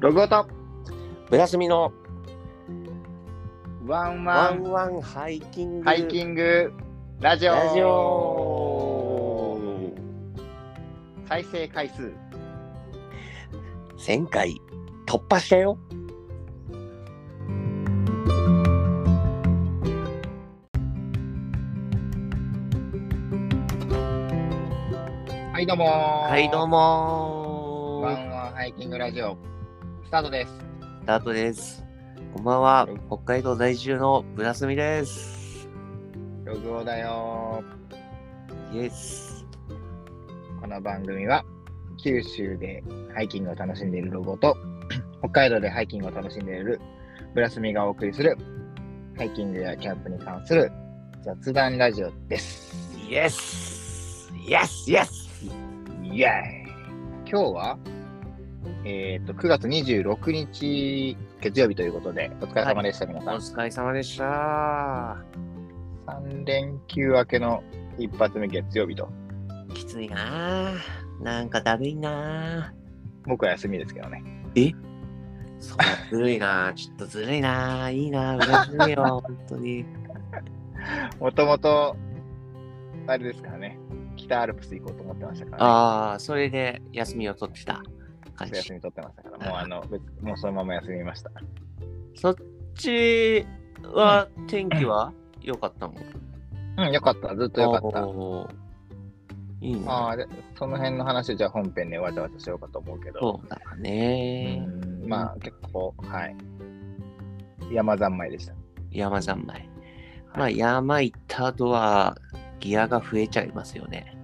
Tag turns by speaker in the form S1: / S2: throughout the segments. S1: ロゴと
S2: お休みの
S1: ワンワ
S2: ワ
S1: ン
S2: ンワンハイキング
S1: ハイキングラジオ
S2: ラジオ
S1: 再生回数
S2: 1000回突破したよ
S1: はいどうも
S2: はいどうも
S1: ワンワンハイキングラジオスタートです
S2: スタートですこんばんは北海道在住のブラスミです
S1: ログオだよ
S2: イエス
S1: この番組は九州でハイキングを楽しんでいるロゴと 北海道でハイキングを楽しんでいるブラスミがお送りするハイキングやキャンプに関する雑談ラジオです
S2: イエスイエスイエス
S1: イエーイ今日は、えー、と9月26日月曜日ということで、お疲れ様でした、
S2: お
S1: 皆さ
S2: 疲れ様でした
S1: ん。3連休明けの一発目月曜日と、
S2: きついなあなんかだるいなあ
S1: 僕は休みですけどね。
S2: そうずるいなあちょっとずるいなあいいなあブラスミよ本当に
S1: もともと、あれですからね、北アルプス行こうと思ってましたから、ね、
S2: ああ、それで休みを取ってた感じ。
S1: 休み取ってましたから、もうあの、別もうそのまま休みました。
S2: そっちは天気は良かったもん。
S1: うん、よかった、ずっとよかった。
S2: おーいいね。
S1: ああでその辺の話、じゃあ本編でわちゃわちゃしようかと思うけど。
S2: そうだ
S1: う
S2: ね。
S1: んまあ結構、はい。山三昧でした。
S2: 山三昧。まあ、山行った後はギアが増えちゃいますよね。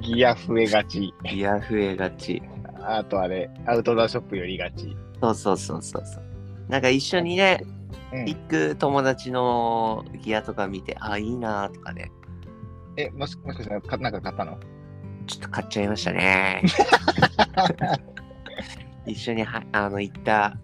S1: ギア増えがち。
S2: ギア増えがち。
S1: あとあれ、アウトドアショップ寄りがち。
S2: そうそうそうそうそう。なんか一緒にね、
S1: うん
S2: 行く友達のギアとか見て、あ、いいなとかね、
S1: え、もしもしかしたらかなんか買ったの
S2: ちょっと買っちゃいました ね。一緒にはあの行った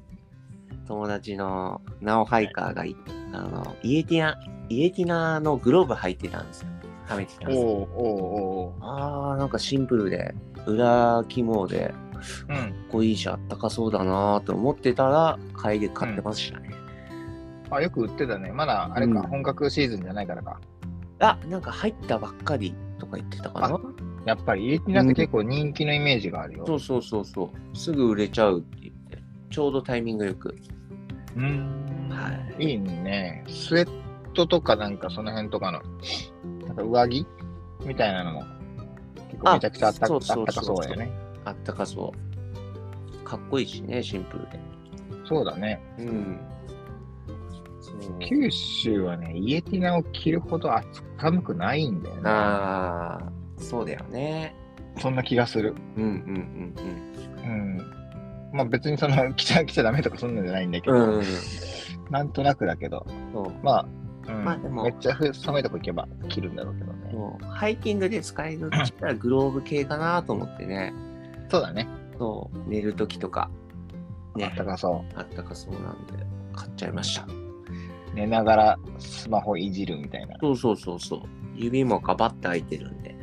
S2: 友達のナオハイカーがいあのイエティナイエティナのグローブ履いてたんですよ。はめてたん
S1: お
S2: ですよ。
S1: おおうおう
S2: あーなんかシンプルで裏肝で
S1: おううん。
S2: かっこいいしあったかそうだなと思ってたら買いで買ってましたね。
S1: あ、よく売ってたね。まだ、あれか、
S2: うん
S1: 本格シーズンじゃないからか。
S2: あなんか入ったばっかりとか言ってたかな
S1: あ。やっぱり、家になって結構人気のイメージがあるよ。
S2: そうそうそうそうすぐ売れちゃうって言ってちょうどタイミングよく。
S1: うん。
S2: はい
S1: いいね。スウェットとかなんか、その辺とかの、なんか上着みたいなのも、結構めちゃくちゃあった
S2: あ
S1: あ
S2: そう
S1: っ
S2: そうそう
S1: たかそうだよね。
S2: あったかそう。かっこいいしねシンプルで。
S1: そうだね。
S2: うん。そう
S1: 九州はね、イエティナを着るほど暑寒くないんだよね。
S2: ああ、そうだよね。
S1: そんな気がする。
S2: うんうん
S1: うん。まあ別にその、 着ちゃ、着ちゃダメとかそんなんじゃないんだけ
S2: うんう
S1: ど、
S2: ん。うん、
S1: なんとなくだけど、
S2: そう。
S1: まあ、うん
S2: まあでも
S1: めっちゃふ寒いとこ行けば着るんだろうけどね。
S2: もうハイキングで使えるって言ったらグローブ系かなと思ってね。
S1: そうだね。
S2: そう、寝るときとか。
S1: あ
S2: ね
S1: っ、たかそ
S2: あったかそうなんで、買っちゃいました。
S1: う。寝ながらスマホいじるみたいな。
S2: そうそうそうそう。指もガバッて開いてるんで。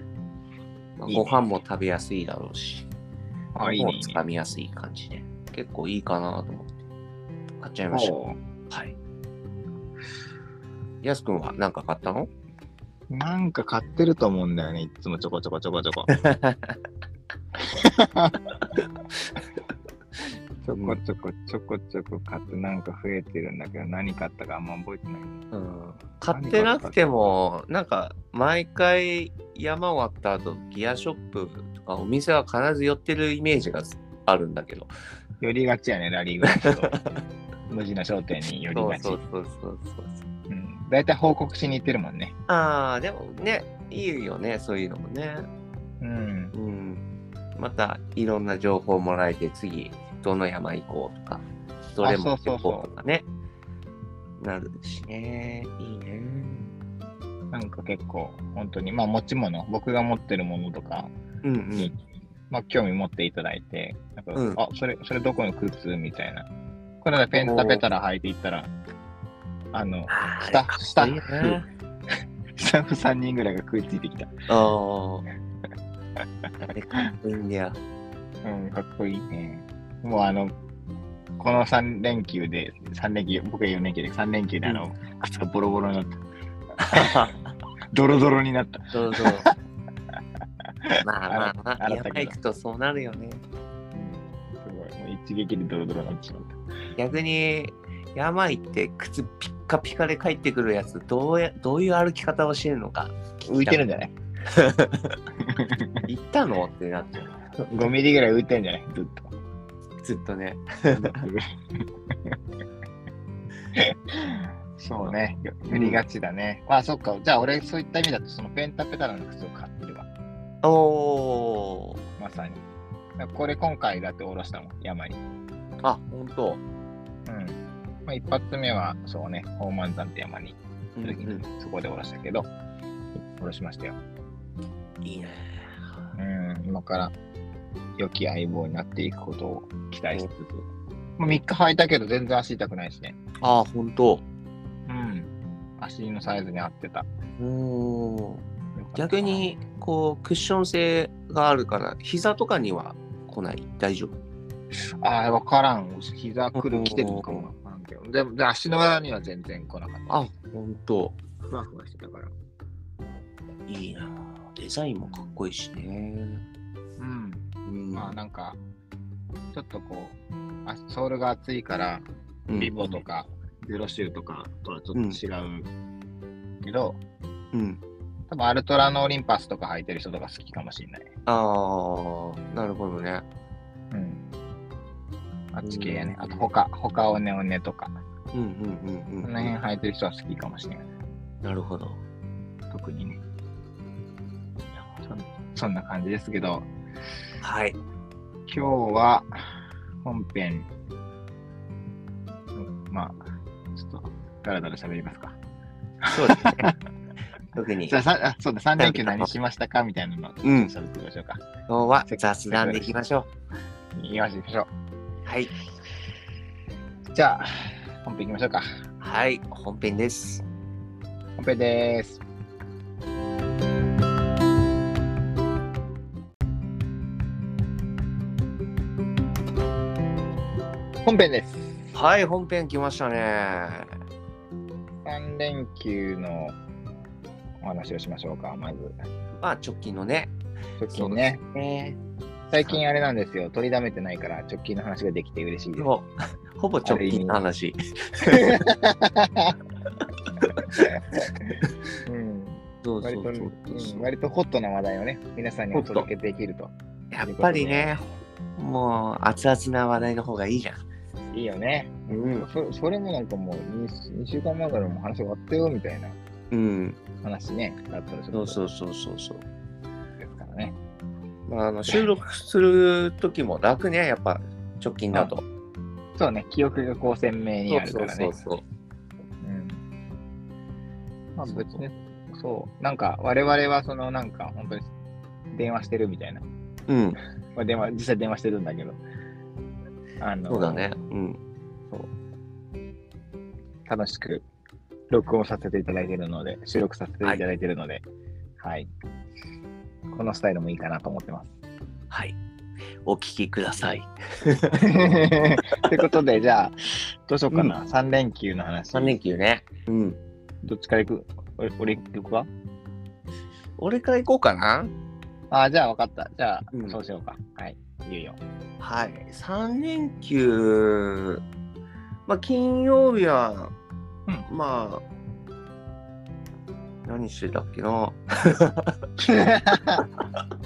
S2: まあ
S1: いいね
S2: ご飯も食べやすいだろうし、
S1: あ、いい
S2: も
S1: ね
S2: う。つかみやすい感じで、結構いいかなと思って、買っちゃいました。
S1: そ
S2: はい。やすくんは何か買ったの
S1: うなんか買ってると思うんだよね。いつもちょこちょこちょこちょ こ。ちょこちょこちょこちょこ買ってなんか増えてるんだけど、何買ったかあんま覚えてない。
S2: うん買ってなくてもなんか毎回山終わった後ギアショップとかお店は必ず寄ってるイメージがあるんだけど
S1: 寄りがちやね、ラリーグラスと。 無地の商店に寄り
S2: そう
S1: がち。
S2: そうそうそうそう
S1: うん大体報告しに行ってるもんね。
S2: ああでもねいいよねそういうのもね
S1: うん。
S2: うんまたいろんな情報もらえて次どの山行こうとかどれも行こうとかねなるしねいいね
S1: なんか結構、本当に、まあ持ち物、僕が持ってるものとか
S2: うんう
S1: に、
S2: ん
S1: まあ興味持っていただいて、なんか、
S2: うん
S1: あ、それ、それどこの靴みたいな。これでペンタペタラ履いていったら、あの、
S2: あー
S1: スタッフスタッ
S2: かっこいいな
S1: フ、スタッフ3人ぐらいが食いついてきた。
S2: ああ。あれかっこいいんだよ。
S1: うん、かっこいいね。もうあの、この3連休で、三連休、僕が4連休で、3連休であの、靴がボロボロになった。ドロドロになった。
S2: どうぞ。まあまあまあ、
S1: 洗っ
S2: 山
S1: たけど
S2: 行くとそうなるよね。
S1: すごい。もう一撃でドロドロになってしまった。
S2: 逆に、山行って靴ピッカピカで帰ってくるやつ、どうやどういう歩き方をしてるのか。
S1: 浮いてるんじゃない
S2: 行ったのってなって、
S1: ?5 ミリぐらい浮いてるんじゃないずっ と。
S2: ずっとね。
S1: そうね、売りがちだね。まあそっか、じゃあ俺そういった意味だと、そのペンタペタラの靴を買ってるわ、
S2: おー。
S1: まさに。これ今回だって下ろしたもん、山に。
S2: あ、本当。
S1: うん。まあ一発目は、そうね、宝満山って山に行
S2: うん
S1: った時
S2: う
S1: に、そこで下ろしたけど、下ろしましたよ。
S2: ん、いいね。
S1: うん、今から良き相棒になっていくことを期待しつつ。もう3日履いたけど全然足痛くないしね。
S2: あー、本当。
S1: うん。足のサイズに合ってた。
S2: おー。逆にこうクッション性があるから膝とかには来ない大丈夫
S1: ああ、わからん。膝くる、
S2: おー
S1: 来てるのかもわからんけど。でも、で足の裏には全然来なかっ
S2: あ本当
S1: た。ふわふわしてたから。
S2: いいなデザインもかっこいいしね
S1: うん。
S2: うん
S1: まあ、なんか、ちょっとこう、あソールが厚いから、リボとか、ゼロシューとかとはちょっと違うけど、
S2: うん
S1: 多分アルトラのオリンパスとか履いてる人とか好きかもしれない。
S2: ああなるほどね
S1: うん。あっち系やね。
S2: うん
S1: あと、ほか、ほかおねおねとか、
S2: うんうんうん
S1: こ
S2: うん
S1: の辺履いてる人は好きかもしれない。
S2: なるほど
S1: 特にね。そんそんな感じですけど、
S2: はい
S1: 今日は本編、まあ、ちょっと、だらだら喋りますか。
S2: そうです ね特に
S1: じゃあ、さあそうだ、3連休何しましたかみたいなのを
S2: うん
S1: 喋ってみましょうか。
S2: 今日は雑談でいきましょ
S1: 行きましょう行きましょ。
S2: うはいう
S1: じゃあ、本編行きましょうか。
S2: はい本編です
S1: 本編でーす。本編です。
S2: はい本編来ましたね
S1: 3連休のお話をしましょうか、まず。
S2: まあ直近のね
S1: 直近ね、
S2: そうですね
S1: 最近あれなんですよ、取りだめてないから、直近の話ができて嬉しいです。
S2: ほぼ ほぼ直近の話。
S1: うん、
S2: そう
S1: 割と、うん割とホットな話題をね、皆さんにお届けできると。
S2: やっぱりね、もう熱々な話題の方がいいじゃん。
S1: いいよね。
S2: うん。
S1: そそれもなんかもう 2, 週間前からもう話終わったよみたいな
S2: うん。
S1: 話ね、だったらちょっ
S2: そ
S1: と
S2: うそうそうそうそう。
S1: ですからね。
S2: まあ、あの収録する時も楽ね、やっぱ直近だと。
S1: そうね、記憶がこう鮮明にあるからね。
S2: そう。
S1: うんまあ別に、そう、なんか我々はそのなんか本当に電話してるみたいな。
S2: うん。
S1: まあ電話、実際電話してるんだけど。あの
S2: そうだね。うん。
S1: 楽しく録音させていただいてるので、収録させていただいてるので、はい。このスタイルもいいかなと思ってます。
S2: はい。お聞きください。
S1: ということで、じゃあ、どうしようかな。三3連休の話。
S2: 3連休ね。うん。
S1: どっちから行く俺、俺行くか
S2: 俺から行こうかな。
S1: あー、じゃあ分かった。じゃあ、
S2: うん
S1: そうしようか。はい。言 うよ。
S2: はい。3連休、まあ、金曜日は、
S1: う
S2: まあ、何してたっけな。あ、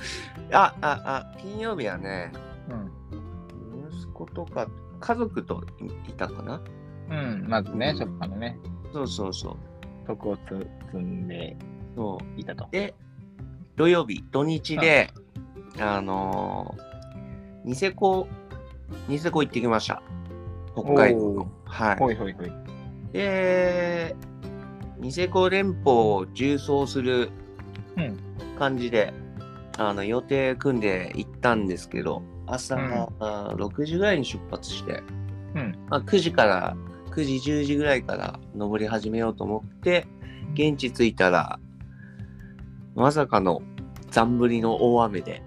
S2: あ、あ、金曜日はね、
S1: う
S2: 息子とか、家族といいたかな。
S1: ん。うん、まずね、ショッカーのね、
S2: そうそうそう。
S1: 徳をつ積んで
S2: そう
S1: いたと。
S2: で、土曜日、土日で、あのーニセコ、ニセコ行ってきました。北海道
S1: おー
S2: の。はい。
S1: ほいほいほい。
S2: で、ニセコ連峰を縦走する
S1: うん
S2: 感じで、あの予定組んで行ったんですけど、朝のあー6時ぐらいに出発して、
S1: うん
S2: まあ、9時から、9時、10時ぐらいから登り始めようと思って、現地着いたら、まさかの残ぶりの大雨で、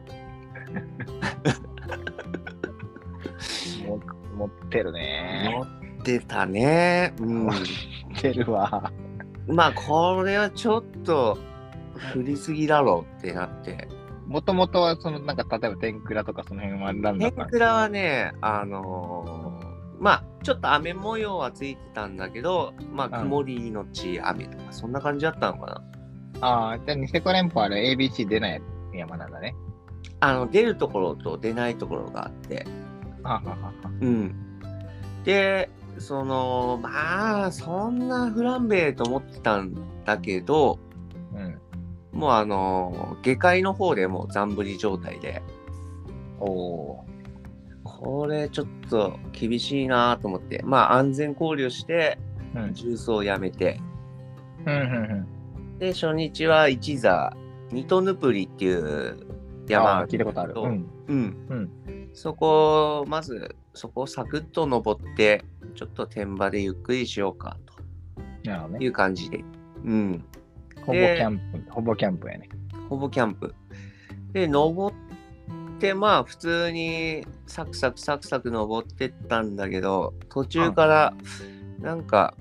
S1: 持ってるね
S2: 持ってたね。 うん。
S1: 持ってるわ
S2: まあ、これはちょっと、振りすぎだろうってなって。
S1: もともとはそのなんか例えば天ぷらとかその辺は何だ
S2: 天
S1: った
S2: ぷらはね、あのーまあ、ちょっと雨模様はついてたんだけど、まあ、
S1: うん
S2: 曇りのち雨とか、そんな感じだったのかな。
S1: ああじゃあニセコ連邦あれ ABC 出ない山なんだね
S2: あの、出るところと出ないところがあって。
S1: あはは
S2: うん。で、その、まあ、そんなフランベと思ってたんだけど、
S1: うん
S2: もうあのー下界の方でもう残ぶり状態で、
S1: おお
S2: これちょっと厳しいなと思って、まあ安全考慮して、
S1: ーうん
S2: 重曹をやめて、
S1: うんうん
S2: で、初日は一座、ニトヌプリっていう
S1: うん
S2: 山
S1: あー聞いたことある
S2: そう
S1: うん
S2: うん。そこを、まず、そこをサクッと登って、ちょっと天場でゆっくりしようか
S1: なるほど
S2: とい
S1: ね
S2: う感じで。うん。
S1: ほぼキャンプほぼキャンプやね
S2: ほぼキャンプ。で、登って、まあ、普通にサクサクサクサク登ってったんだけど、途中から、なんか、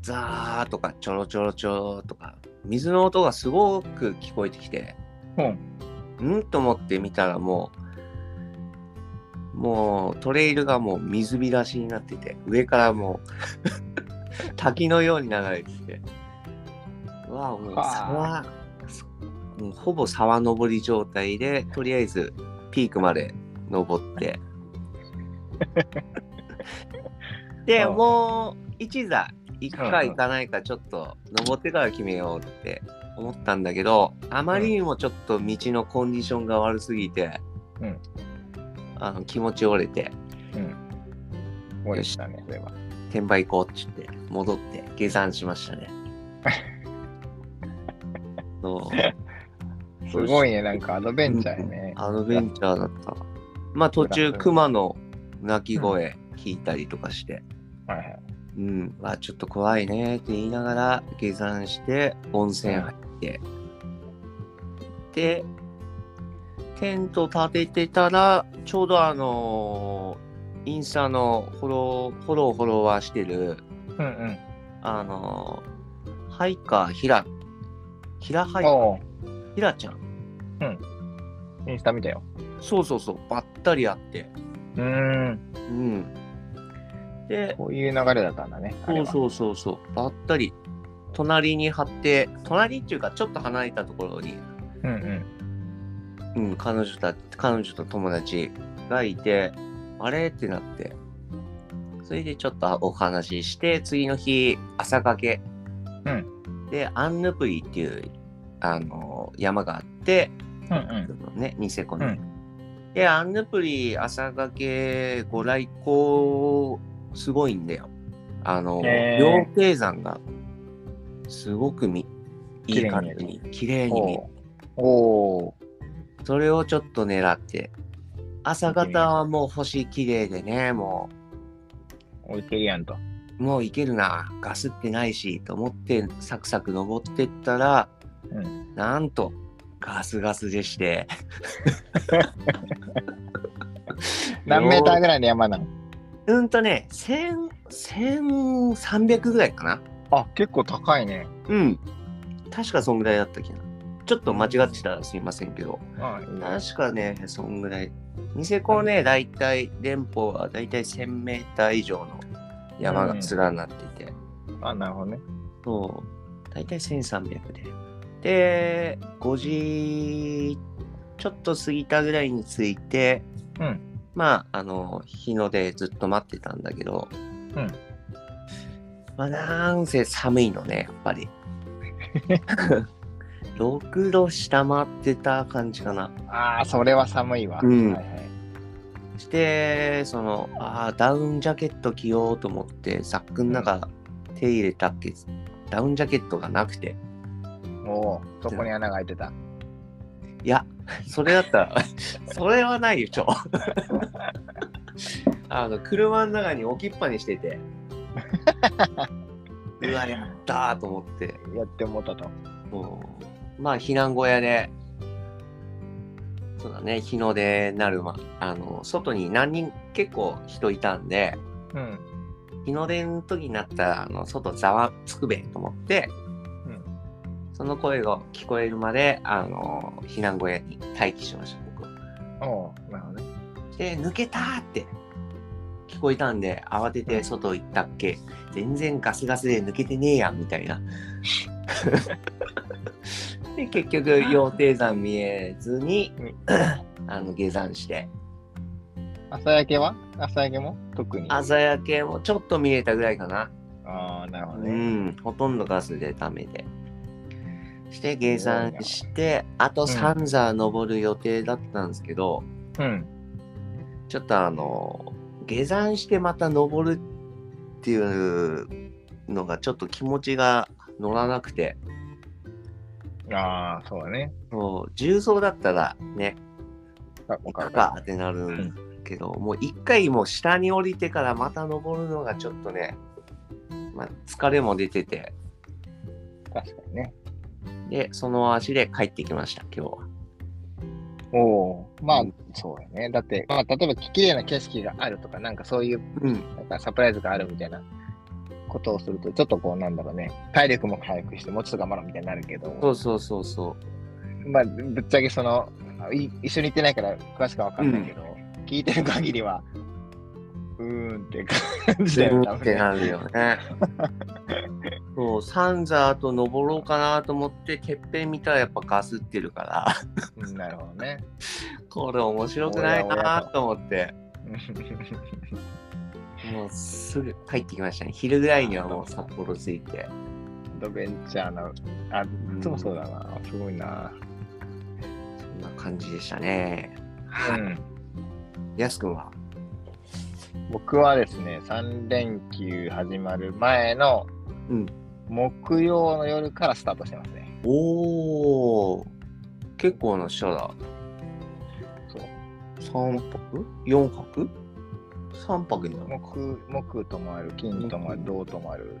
S2: ザーとか、ちょろちょろちょろとか、水の音がすごく聞こえてきて、
S1: うん
S2: んと思って見たら、もう、もうトレイルがもう水浸しになってて、上からもう滝のように流れてきて、うわあ、もう
S1: は
S2: 沢、もうほぼ沢登り状態で、とりあえずピークまで登って。で、
S1: うん
S2: もう一座行く
S1: う
S2: か
S1: んうん
S2: 行かないかちょっと登ってから決めようって思ったんだけど、あまりにもちょっと道のコンディションが悪すぎて、
S1: うん
S2: あの気持ち折れて、
S1: 多いでしたねそれは
S2: 転売行こうって言って、戻って下山しまし たね。そう
S1: すごいねなんかアドベンチャーやね
S2: アドベンチャーだった。まあ途中、熊の鳴き声聞いたりとかして、
S1: はいはい
S2: うん、まあちょっと怖いねって言いながら下山して、温泉入って。で、テント立ててたら、ちょうどあのーインスタのフォロー、フォロー、フォロワーしてる、
S1: うんうん
S2: あのーハイカー、ヒラ、ヒラハイカー、
S1: おお
S2: ヒラちゃん。
S1: インスタ見たよ
S2: そうそうそう、ばったり会って。
S1: うーん
S2: うん。で、
S1: こういう流れだったんだねあれ
S2: そう
S1: は
S2: そうそうそう、ばったり、隣に貼って、隣っていうか、ちょっと離れたところに、
S1: うんうん
S2: うん、彼女た彼女と友達がいて、あれってなって、それでちょっとお話しして、次の日、朝掛け、
S1: う
S2: で、アンヌプリっていう、あの山があって、
S1: うんうん
S2: ね、ニセコの。
S1: うん
S2: で、アンヌプリ朝掛けご来光すごいんだよ。あの、
S1: へー
S2: 羊蹄山がすごくみいい感じに綺麗に見える
S1: お。おお
S2: それをちょっと狙って。朝方はもう星綺麗でね、も
S1: 置いてるやんと
S2: う、もういけるな、ガスってないし、と思ってサクサク登ってったら、
S1: う
S2: なんと、ガスガスでして。
S1: 何メーターぐらいの山なの
S2: うんとね、千、千三百ぐらいかな。
S1: あ結構高いね
S2: うん。確かそんぐらいだった気が。ちょっと間違ってたらすみませんけど。
S1: はい
S2: 確かね、そんぐらい。ニセコね、だいたい、連峰はだいたい1000メーター以上の山が連なってて。
S1: あなるほどね
S2: そう。だいたい1300で。で、5時ちょっと過ぎたぐらいに着いて、
S1: うん
S2: まあ、あの、日の出ずっと待ってたんだけど、
S1: うん
S2: まあ、なんせ寒いのね、やっぱり。6度下回ってた感じかな。
S1: ああそれは寒いわ、
S2: うん
S1: はいはい
S2: して、その、ああ、ダウンジャケット着ようと思って、ザックの中手入れたっけ、ダウンジャケットがなくて。
S1: おおそこに穴が開いてた
S2: いや、それだったら、それはないよ、ちょ。あの、車の中に置きっぱにしてて。うわ、やったーと思って。
S1: やってもうたと
S2: もうまあ、避難小屋で、そうだね、日の出なるま、あの、外に何人、結構人いたんで、
S1: うん。
S2: 日の出の時になったら、あの、外ざわつくべと思って、
S1: ん
S2: その声が聞こえるまで、あの、避難小屋に待機しました、僕は。
S1: おうなるほどね。
S2: で、抜けたーって聞こえたんで、慌てて外行ったっけ、全然ガスガスで抜けてねえやんみたいな。 で、結局、羊蹄山見えずに、 あの下山して、
S1: 朝焼けは朝焼けも特に。あ
S2: 朝焼けもちょっと見えたぐらいかな。
S1: あー、なるほど
S2: う
S1: ね。
S2: ん、ほとんどガスでダメで。して、下山して、あと三座登る予定だったんですけど、
S1: うん。
S2: ちょっとあの下山してまた登るっていうのがちょっと気持ちが乗らなくて
S1: ああ、そうだね。
S2: そう重曹だったらね
S1: あわか
S2: か
S1: るか
S2: かってなるけど、もう一回もう下に降りてからまた登るのがちょっとね、まあ、疲れも出てて
S1: る。確かにね。
S2: でその足で帰ってきました今日は
S1: おおー。まあ
S2: うん、
S1: そうだね。だって、まあ、例えば、綺麗な景色があるとか、なんかそういう、
S2: うん
S1: なんかサプライズがあるみたいなことをすると、ちょっとこう、なんだろうね。体力も回復して、もうちょっと頑張ろうみたいになるけど。
S2: そうそうそうそう
S1: まあ、ぶっちゃけその、い一緒に行ってないから詳しくは分かんないけど、聞いてる限りは、うーんって感じだよ、多
S2: っ
S1: 分
S2: て
S1: ね。
S2: なるよねそう三座と登ろうかなと思っててっぺん見たらやっぱガスってるから
S1: うんなるほどね。
S2: これ面白くない
S1: おやおや
S2: なと思って、もうすぐ帰ってきましたね。昼ぐらいにはもう札幌着いて。
S1: アドベンチャーの、あ、いつもそうだな。すごいな。
S2: そんな感じでしたね。はい。やすくんは
S1: 僕はですね、3連休始まる前の
S2: うん。
S1: 木曜の夜からスタートしてますね。
S2: おー。結構な下だ。
S1: そう。
S2: 3泊 ?4 泊 ?3 泊になる
S1: 木、木ともある、金ともある、銅ともある。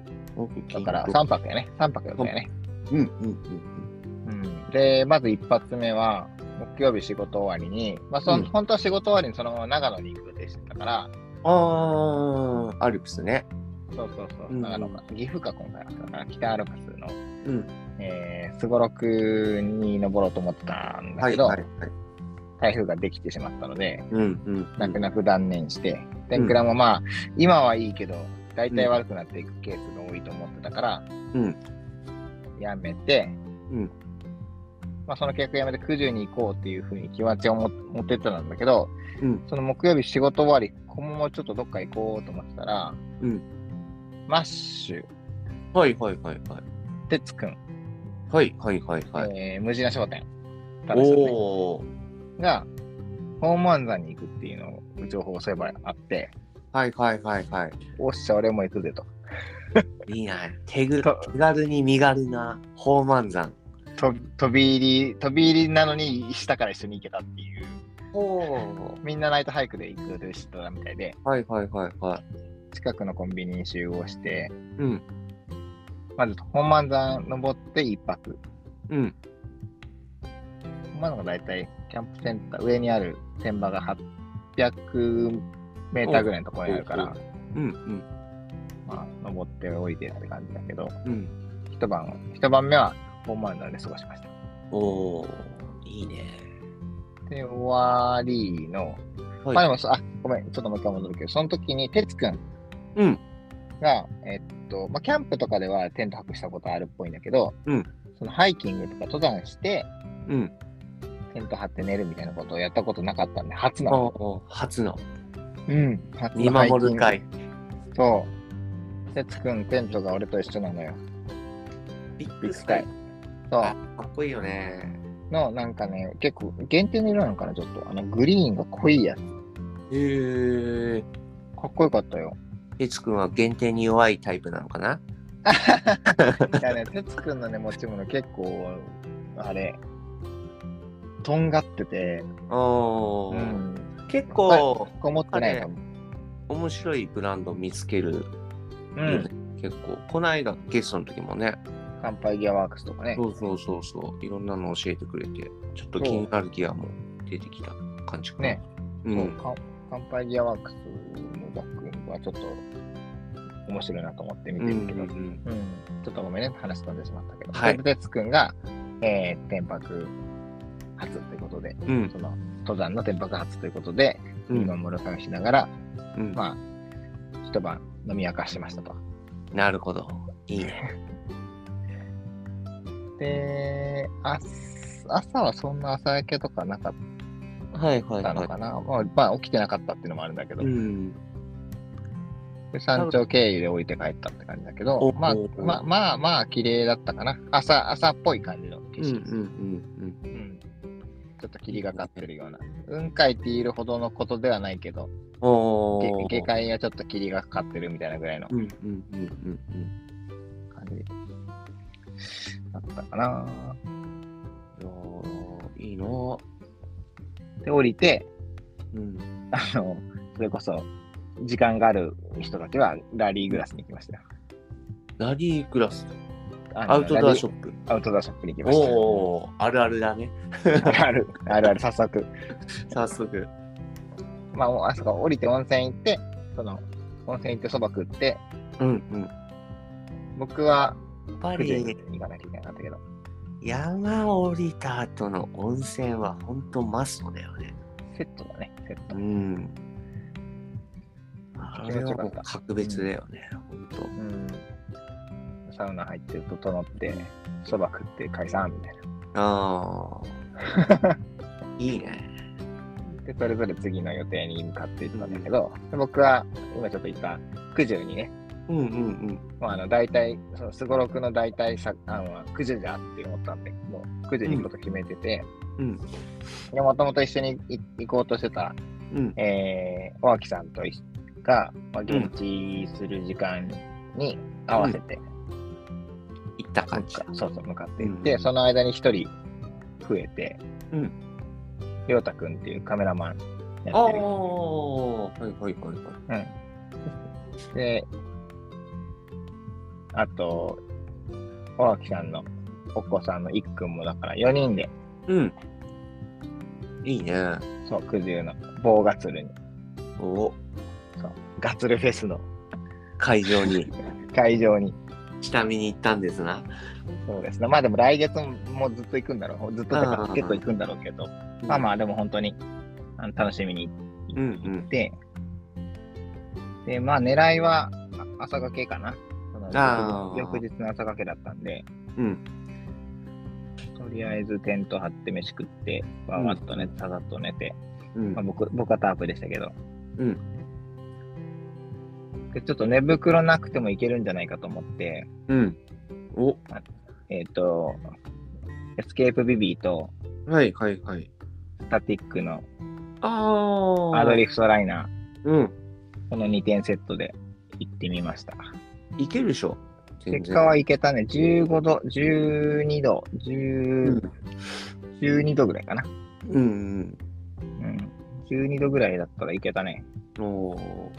S1: だ
S2: だ
S1: から3泊やね。3泊だよね。
S2: うんうんうん
S1: うんで、まず一発目は、木曜日仕事終わりに、まあそ
S2: うん
S1: の本当は仕事終わりにそのまま長野に行く予定してたから、
S2: うん。あー、アルプスね。
S1: そうそうそうう、
S2: ん
S1: 長野か、岐阜か今回は、だから北アルプスの、
S2: うん。
S1: えー、すごろくに登ろうと思ったんだ
S2: は
S1: け
S2: い
S1: ど、
S2: はいはい。
S1: 台風ができてしまったので、
S2: うんうん。
S1: 泣く泣く断念して、天倉もまあ、今はいいけど、大体悪くなっていくケースが多いと思ってたから、
S2: うん
S1: やめて、
S2: うん
S1: まあ、その契約やめて九十に行こうっていうふうに気持ちをも持ってってたんだけど、
S2: うん
S1: その木曜日仕事終わり、このままちょっとどっか行こうと思ってたら、
S2: うん
S1: マッシュ、
S2: はいはいはいはい。
S1: 哲くん、
S2: はいはいはいはい。
S1: えー無地な商店、田中さんね
S2: おー。
S1: が、訪問山に行くっていうのを情報をそういえばあって、
S2: はいはいはいはい。
S1: おっしゃ、俺も行くぜと。
S2: いいな。手ぐ
S1: と
S2: 手軽に身軽な宝満山。
S1: と飛び入り、飛び入りなのに下から一緒に行けたっていう、みんなナイトハイクで行くでしたみたいで、
S2: はいはいはいはい。
S1: 近くのコンビニに集合して、
S2: うん。
S1: まず本満山登って一泊。
S2: うん。
S1: 本満山が大体キャンプセンター、上にある天場が800メーターぐらいのところにあるか
S2: おう
S1: ら、
S2: うん
S1: まあ、登って降りてって感じだけど、
S2: うん。うん。
S1: 一晩、一晩目は本満山で過ごしました。
S2: おー。いいね。
S1: で、終わりの、
S2: はい。
S1: まあでもそ、あ、ごめん、ちょっともう一回戻るけど、その時に、てつくん
S2: うん。
S1: が、えっと、まあ、キャンプとかではテント泊したことあるっぽいんだけど、
S2: うん
S1: そのハイキングとか登山して、
S2: うん。
S1: テント張って寝るみたいなことをやったことなかったんで、初
S2: お
S1: の。
S2: お初の
S1: うん。初
S2: 見
S1: のハイキング
S2: 守る会。。
S1: そう。てつくん、テントが俺と一緒なのよ。
S2: ビッ
S1: ビッグスカイ。。そ
S2: あ
S1: う。
S2: かっこいいよね。
S1: の、なんかね、結構、限定の色なのかな、ちょっと。あの、グリーンが濃いやつ。
S2: へえ。
S1: かっこよかったよ。
S2: てつくんは限定に弱いタイプなのかない
S1: やね、てつくんのね、持ち物結構、あれ、とんがってて、
S2: お
S1: う
S2: ー、
S1: ん。
S2: 結構
S1: ここ持ってないかも。
S2: 面白いブランド見つけるよ
S1: う
S2: ね、
S1: ん。
S2: 結構。この間ゲストの時もね。
S1: 乾杯ギアワークスとかね。
S2: そうそうそうそう、いろんなの教えてくれて、ちょっと気になるギアも出てきた感じかな。
S1: ね、
S2: う。
S1: そうんカンカンパイリアワークスのバックエンドはちょっと面白いなと思って見
S2: う
S1: て
S2: ん
S1: る
S2: う
S1: けど、
S2: ん
S1: うんちょっとごめんね、話飛んでしまったけど、
S2: はい
S1: それで哲くんが、えー、天白発ということで、
S2: うん。うん
S1: その登山の天白発ということで、
S2: う
S1: 見
S2: ん
S1: 守る探しながら、
S2: うん
S1: まあ、一晩飲み明かしましたと。
S2: なるほど。いいね。
S1: で、あ朝はそんな朝焼けとかなかっ
S2: はいはい
S1: たのか
S2: は
S1: な、まあまあ、起きてなかったっていうのもあるんだけど、
S2: い。うん。
S1: で山頂経由で降りて帰ったって感じだけ
S2: お
S1: ど、まあ
S2: お、
S1: まあ、まあ、まあ、綺麗だったかな。朝、朝っぽい感じの景
S2: うんうんう
S1: 色。う
S2: ん
S1: んちょっと霧がかってるような。雲海っているほどのことではないけど、
S2: うん。お
S1: げ
S2: ー。
S1: 下界がちょっと霧がかかってるみたいなぐらいの
S2: うんうんうんうん
S1: 感じだったかな。
S2: うん。いやーいいなぁ。
S1: で、降りて、
S2: うん。
S1: あの、それこそ、時間がある人だけはラリーグラスに行きましたよ。
S2: ラリークラス。
S1: あの
S2: アウトドアショ
S1: ラ
S2: ップ。
S1: リーアウトドアショップに行きまし
S2: おー、あるあるだね。
S1: た。あるある、あるある、早速。
S2: 早速。
S1: まあ、もうあそこ降りて温泉行って、その、温泉行ってそば食って、
S2: うんうん。や
S1: 僕は
S2: っぱ
S1: 9時
S2: り
S1: に行かなきゃいけなかったけど、
S2: 山降りた後の温泉は本当マストだよね。
S1: セットだね、セット。
S2: うん。あれはもう格別だよね、本当。
S1: うんサウナ入って整ってそば食って解散みたいな
S2: あ あ。いいね。
S1: でそれぞれ次の予定に向かっていったんだけど、で僕は今ちょっと言った九十にね、
S2: うんうん
S1: まあ、あの大体そのすごろくの大体さあの九十だって思ったんでもう九十に行くこと決めてて、
S2: うん。うん
S1: でもともと一緒にい行こうとしてた、
S2: うん。
S1: えー、大木さんと一緒が、まあ、現地する時間に合わせて、
S2: 行った感じだ。
S1: そうそう、向かっていって、
S2: うん
S1: その間に一人増えて、
S2: うん。
S1: りょうたくんっていうカメラマン
S2: あ
S1: や
S2: あ
S1: っ
S2: ー
S1: てる。。
S2: はいはいはいはい。
S1: うん。で、あと、大木さんのお子さんのいっくんもだから4人で、
S2: うん。いいね。
S1: そう、九十の棒ガツルに、
S2: お
S1: そう、ガツルフェスの
S2: 会 場に
S1: 会場に、
S2: 下見に行ったんですな。
S1: そうですね。まあでも来月もずっと行くんだろう。ずっとと
S2: うんうん
S1: か
S2: うん
S1: 結構行くんだろうけど、まあま
S2: あ。
S1: あでも本当にあの楽しみに
S2: うんうん。
S1: で、で、まあ狙いはあ朝掛けかな。その
S2: あー
S1: 翌日の朝掛けだったんで、
S2: うん。
S1: とりあえずテント張って飯食って、わわっと寝て、ささっと寝て、
S2: う
S1: まあ、
S2: ん。
S1: 僕僕はタープでしたけど、
S2: うん。
S1: でちょっと寝袋なくてもいけるんじゃないかと思って、
S2: うん。お
S1: えっ、と、エスケープビビーと
S2: はいはいはい。
S1: スタティックの
S2: ああ。
S1: アドリフトライナー、
S2: うん。
S1: この2点セットで行ってみました。
S2: いけるでしょ。全然
S1: 結果はいけたね、15度、12度、10 12度ぐらいかな。
S2: うん
S1: うん、12度ぐらいだったらいけたね。
S2: うん。おー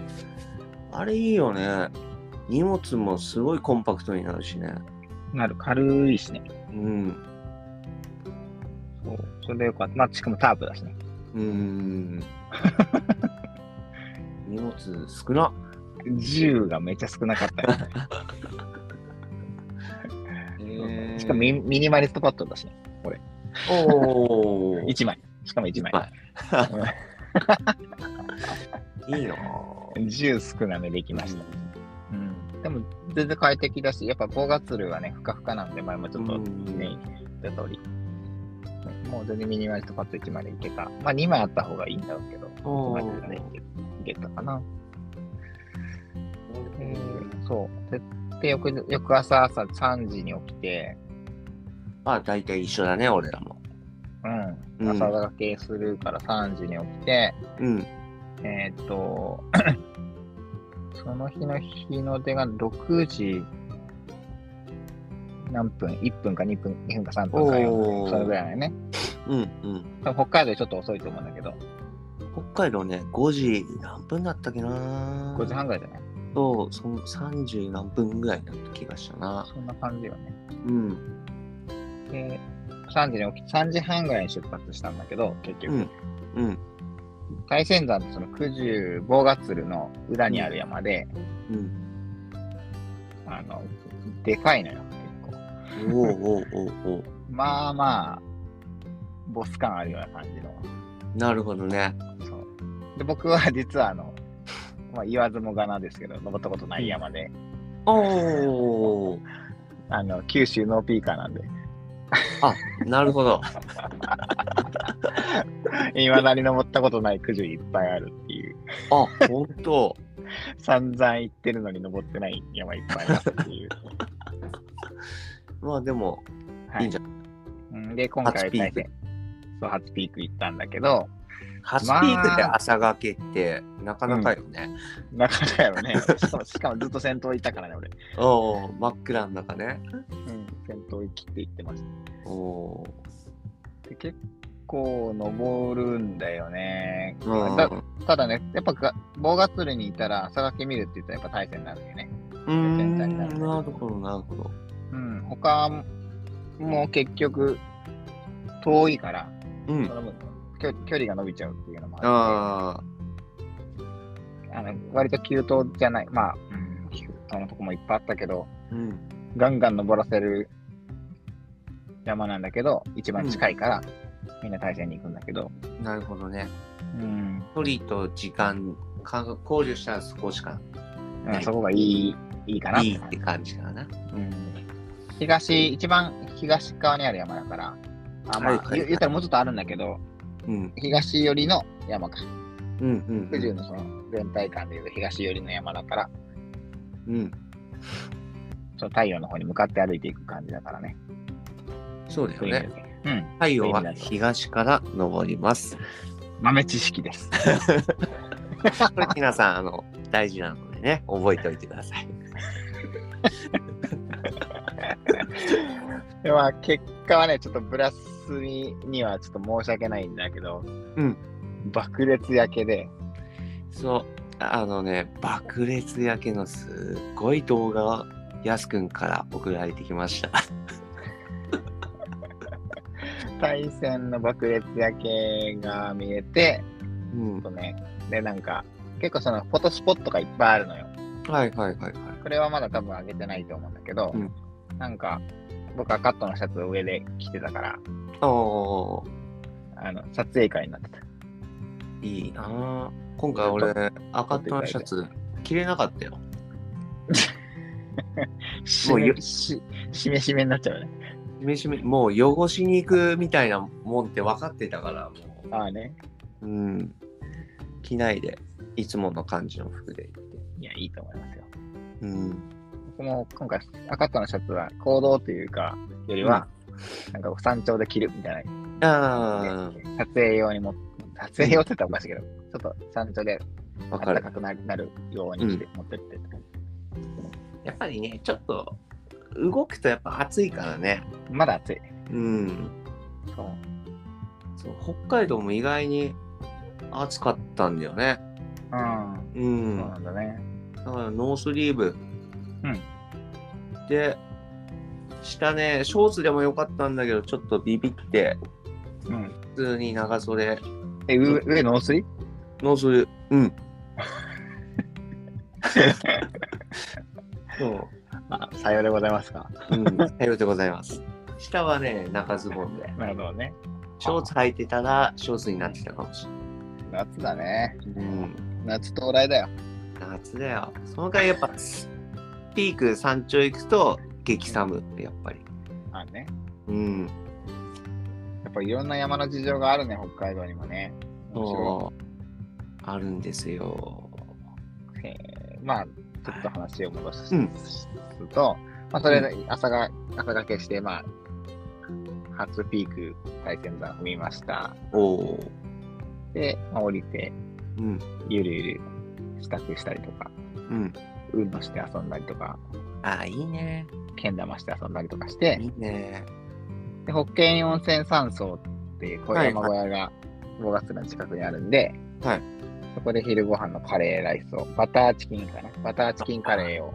S2: あれいいよね。荷物もすごいコンパクトになるしね。
S1: なる、軽いしね。
S2: うん。
S1: そう。それでよかった。まあ、しかもタープだしね。
S2: うん。荷物少な。
S1: 銃がめっちゃ少なかったよ、
S2: へー
S1: しかもミミニマリストパッドだしね。
S2: おー
S1: 1枚。しかも1枚。
S2: いいなぁ。
S1: 銃少なめできました。うん。でも、全然快適だし、やっぱ棒ガツルはね、ふかふかなんで、前もちょっとね、言った通り。もう全然ミニマリストパッド1枚でいけた。まあ、2枚あった方がいいんだろうけど、
S2: お
S1: 1枚でね、いけいけたかな。えーそう。で、で翌日翌朝朝3時に起きて、
S2: まあ大体一緒だね、俺らも。
S1: う、
S2: うんん
S1: 朝掛けするから3時に起きて、
S2: うん。
S1: えーっと、 その日の日の出が6時何分 ?1 分か2分、2分か3分か4分、
S2: おー
S1: それぐらいだよね。
S2: うんうん。
S1: 多分北海道よりちょっと遅いと思うんだけど、
S2: 北海道ね、5時何分だったっけな
S1: 5時半ぐらいじゃない
S2: と、その30何分ぐらいだった気がしたな。
S1: そんな感じよね。
S2: うん。
S1: で、 3時に起き、3時半ぐらいに出発したんだけど、結局、
S2: うんうん
S1: 海鮮山のその九十棒ヶ鶴の裏にある山で、
S2: うん
S1: あの、でかいのよ、結構。
S2: おうおうおうおう
S1: まあまあ、ボス感あるような感じの。
S2: なるほどね
S1: そうで僕は実はあの、 まあ、言わずもがなですけど登ったことない山で、
S2: おお
S1: あの九州ノーピーカーなんで
S2: なるほど
S1: 今なり登ったことない九十いっぱいあるっていう
S2: あ本当
S1: 散々行ってるのに登ってない山いっぱいあるって いう、
S2: まあでも
S1: はい
S2: いんじゃ
S1: うんで今回は大変そう初ピーク行ったんだけど
S2: 初ピークで朝がけってなかなかよね、
S1: なかなかよ ねしかもしかもずっと先頭いたからね俺、
S2: おお真っ暗の中ね
S1: うん、先頭行きって行ってまし
S2: おお
S1: たで結構登るんだよね
S2: ーうん
S1: だただね、やっぱが棒がつるにいたら、朝がけ見るって言ったらやっぱ大勢になるんだよね。
S2: うーん
S1: な
S2: な
S1: る
S2: るほどなるほど
S1: うん。他も結局、遠いから、
S2: う
S1: そ
S2: ん
S1: の分距距離が伸びちゃうっていうのもあ
S2: ああ
S1: って、あの割と急登じゃない、まあ、うん、急登のとこもいっぱいあったけど、
S2: うん
S1: ガンガン登らせる山なんだけど、一番近いから、みんな大勢に行くんだけど、
S2: なるほどね
S1: うん、
S2: 距離と時間感覚考慮したらそこしか
S1: うんそこがいい、いいかなっ
S2: いい
S1: て
S2: っ
S1: 感
S2: て
S1: じ。
S2: 感じかな
S1: うん東、一番東側にある山だから、あま
S2: は
S1: あ、
S2: いはいはい
S1: 言言ったらもうちょっとあるんだけど、
S2: うん
S1: 東寄りの山か。
S2: うんうん
S1: 九十のその全体感でいうと東寄りの山だから、
S2: うん
S1: その太陽の方に向かって歩いていく感じだからね。
S2: そうだよね
S1: うん。
S2: 太陽は東から昇り ます。
S1: 豆知識です。
S2: これ皆さん、あの、大事なのでね、覚えておいてください。
S1: でまあ、結果はね、ちょっとブラスににはちょっと申し訳ないんだけど、
S2: うん。
S1: 爆裂焼けで、
S2: そう、あのね、爆裂焼けのすっごい動画が、やすくんから送られてきました。
S1: 対戦の爆裂焼けが見えて、
S2: うん
S1: ちょ。っとね、で、なんか、結構そのフォトスポットがいっぱいあるのよ。
S2: はいはいはいはい。
S1: これはまだ多分上げてないと思うんだけど、
S2: うん
S1: なんか、僕はカットのシャツを上で着てたから、
S2: おー、
S1: あの、撮影会になってた。
S2: いいなぁ今回俺、赤トのシャツ、着れなかったよ。
S1: し
S2: よ
S1: めししめしめになっちゃうよね。
S2: しめしめ、もう汚しに行くみたいなもんって分かってたから、もう。
S1: ああね。
S2: うん。着ないで、いつもの感じの服で行って。
S1: いや、いいと思いますよ。
S2: うん。
S1: 僕も今回、赤とのシャツは行動というか、よりは、なんか山頂で着るみたいな
S2: あ。
S1: 撮影用にも、撮影用って言ったらおかしいけど、ちょっと山頂で
S2: あ、わか
S1: 暖
S2: る。
S1: かくなるなるようにして、持ってって。
S2: やっぱりね、ちょっと、動くとやっぱ暑いからね。
S1: まだ暑い。
S2: うん。
S1: そう。
S2: そう北海道も意外に暑かったんだよね。
S1: うん。
S2: う。
S1: そうん
S2: だ
S1: なんだね。
S2: からノースリーブ。
S1: うん。
S2: で、下ね、ショーツでもよかったんだけど、ちょっとビビって、
S1: うん。
S2: 普通に長袖、
S1: え、上、上ノースリ
S2: ノースリーブ。うん。 そう。
S1: あ、さようでございますか。
S2: うん、さようでございます。下はね、中ズボンで。
S1: なるほどね。
S2: ショーツ履いてたら、ショーツになってたかもしれ
S1: 夏だね。
S2: ない。うん。
S1: 夏到来だよ。
S2: 夏だよ。その回やっぱ、スピーク山頂行くと、激寒、やっぱり。
S1: あね。
S2: うん。
S1: やっぱいろんな山の事情があるね、北海道にもね。面白
S2: そう。あるんですよ。
S1: いえーまあ、ちょっと話を戻す
S2: うん
S1: と、まあ、それで朝が、朝がけして、まあ、初ピーク大仙山踏みました。
S2: おお。
S1: で、まあ、降りて、
S2: うん。
S1: ゆるゆる支度したりとか、
S2: うん。
S1: 運動して遊んだりとか、
S2: ああ、いいね。
S1: けん玉して遊んだりとかして
S2: い、いね。
S1: で北県温泉山荘っていう小山小屋が5月の近くにあるんで、
S2: はい
S1: そこで昼ご飯のカレーライスをバターチキンかなバターチキンカレーを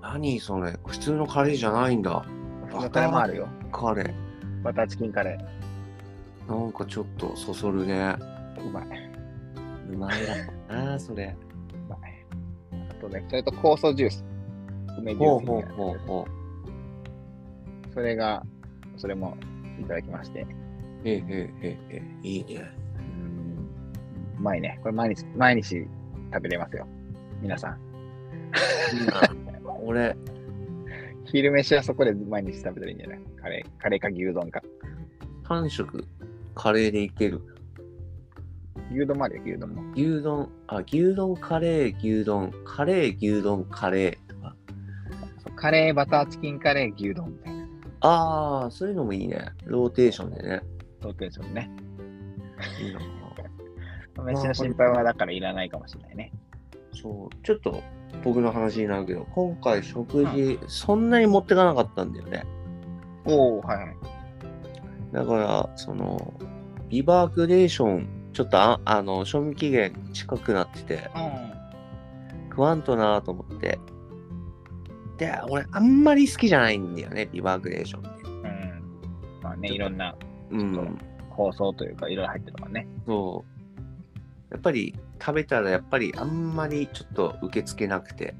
S2: 何それ。普通のカレーじゃないんだ。
S1: そのカレーもあるよ
S2: カレー。
S1: バターチキンカレ
S2: なんかちょっとそそるね。
S1: ー。うまい。
S2: うまいだろうな、それ。
S1: うまい。あとね、それと酵素ジュース。梅ジュ
S2: ほ
S1: ースみたい
S2: うほう
S1: な
S2: ほうほう。
S1: それが、それもいただきまして。う
S2: ええええええええ。いいね。
S1: ーんうまいね。これ毎日、毎日食べれますよ。皆さん。
S2: 俺、
S1: 昼飯はそこで毎日食べたらいいんじゃないカレー、カレーか牛丼か。
S2: 3食カレーでいける。
S1: 牛丼もあるよ、牛丼も。
S2: 牛丼、あ、牛丼カレー、牛丼、カレー、牛丼、カレーとか。
S1: そうカレー、バターチキンカレー、牛丼みたいな。
S2: ああ、そういうのもいいね。ローテーションでね。
S1: 東京でしょうね。
S2: いいな。
S1: 飯の心配はだからいらないかもしれないね。
S2: そう、ちょっと僕の話になるけど、今回食事、そんなに持ってかなかったんだよね。
S1: おおはいはい。
S2: だから、その、リバークレーション、ちょっとあ、あの、賞味期限近くなってて、食わんとなと思って。で、俺、あんまり好きじゃないんだよね、リバークレーションって。
S1: うん。まあね、いろんな
S2: うん。
S1: 構想というか、いろいろ入ってるからね。
S2: そう。やっぱり、食べたら、やっぱり、あんまりちょっと受け付けなくて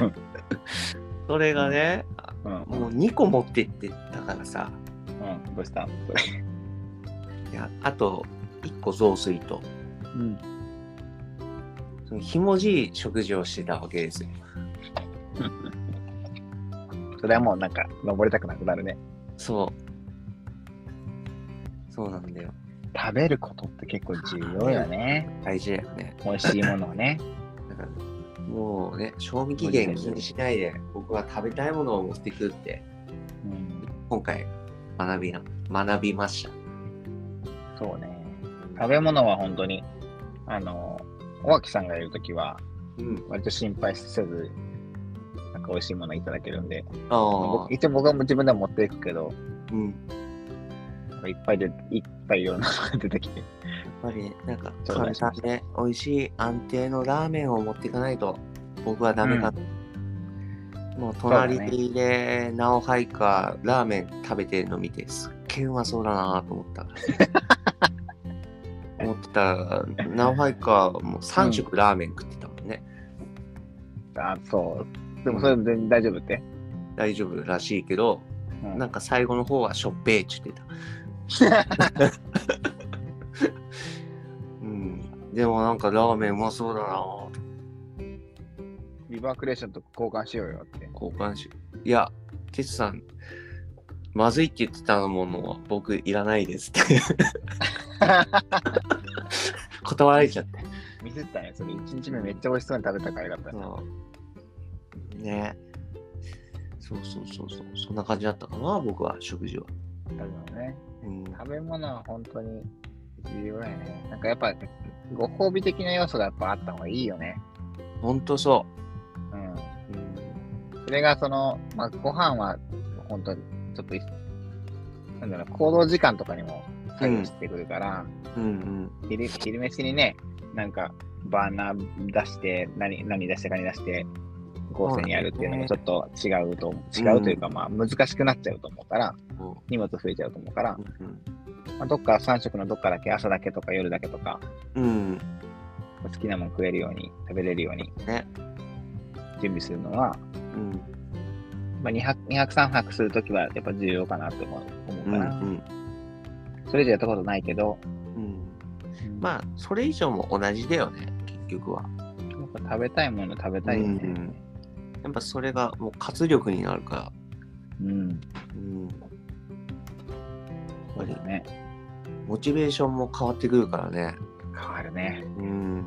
S1: うん。
S2: それがね、
S1: うん。うん。
S2: もう2個持ってってたからさ、
S1: どうしたそれ。
S2: いやあと1個雑炊と、
S1: うん。
S2: そのひもじい食事をしてたわけですよ。
S1: それはもうなんか、登りたくなくなるね。
S2: そう。そうなんだよ。
S1: 食べることって結構重要よね。
S2: 大事だよね。
S1: 美味しいものをね。
S2: だから、もうね、賞味期限気にしないで、僕は食べたいものを持ってくるって、
S1: うん。
S2: 今回学びな、学びました。
S1: そうね。食べ物は本当に、あの、大脇さんがいるときは、
S2: うん。
S1: 割と心配せず、なんか美味しいものいただけるんで、
S2: ああ
S1: 僕。一応僕はもう自分でも持っていくけど、
S2: うん。
S1: いっぱいで、いっぱいいろんなのが出てきて、
S2: やっぱり、ね、なんか、
S1: 頂
S2: 簡
S1: 戴し
S2: 単
S1: ました
S2: で美味しい安定のラーメンを持っていかないと、僕はダメかな。もう
S1: そうだ
S2: 隣で、ナオハイかラーメン食べてるの見て、すっげえうまそうだなと思 った。思ってたら、ナオハイかもう3食ラーメン食ってたもんね。
S1: あ、そう。でもそれも全然大丈夫って。
S2: 大丈夫らしいけど、
S1: うん
S2: なんか最後の方はしょっぺーって言ってた。 うん、でもなんかラーメンうまそうだなぁと
S1: リバークレーションと交換しようよって。
S2: 交換し。いや、テツさん、まずいって言ってたものは僕いらないですって。 断られちゃって。
S1: ミスったね。それ1日目めっちゃ美味しそうに食べたからよかった。
S2: そうね。そうそうそうそう。そんな感じだったかな、僕は、食事は。
S1: 食べ物ね。
S2: うん。
S1: 食べ物は本当に重要やね。なんかやっぱ、ご褒美的な要素がやっぱあった方がいいよね。
S2: ほんとそ
S1: うん。
S2: う。うん。
S1: それがその、まあ、ご飯は本当にちょっとい、なんだろう、行動時間とかにも左右してくるから、
S2: うん
S1: 昼昼飯にね、なんかバーナー出して、何何出してかに出して、合成にやるっていうのもちょっと違うと思う、
S2: うん
S1: 違うというか、まあ難しくなっちゃうと思うから、
S2: うん。うん
S1: 荷物増えちゃうと思うから、
S2: うん
S1: まあ、どっか3食のどっかだけ、朝だけとか夜だけとか、
S2: うん。
S1: 好きなもん食えるように、食べれるように
S2: ね。
S1: 準備するのは、
S2: うん。
S1: まあ、2泊、2泊3泊するときはやっぱ重要かなと思う思う
S2: う
S1: から、
S2: ん。
S1: それ以上やったことないけど、
S2: うん。まあ、それ以上も同じだよね、結局は。
S1: あ、やっぱ食べたいもの食べたいよ
S2: う
S1: ね。
S2: んやっぱそれがもう活力になるから。
S1: うん。
S2: うん。やっぱり
S1: ね。
S2: モチベーションも変わってくるからね。
S1: 変わるね。
S2: うん。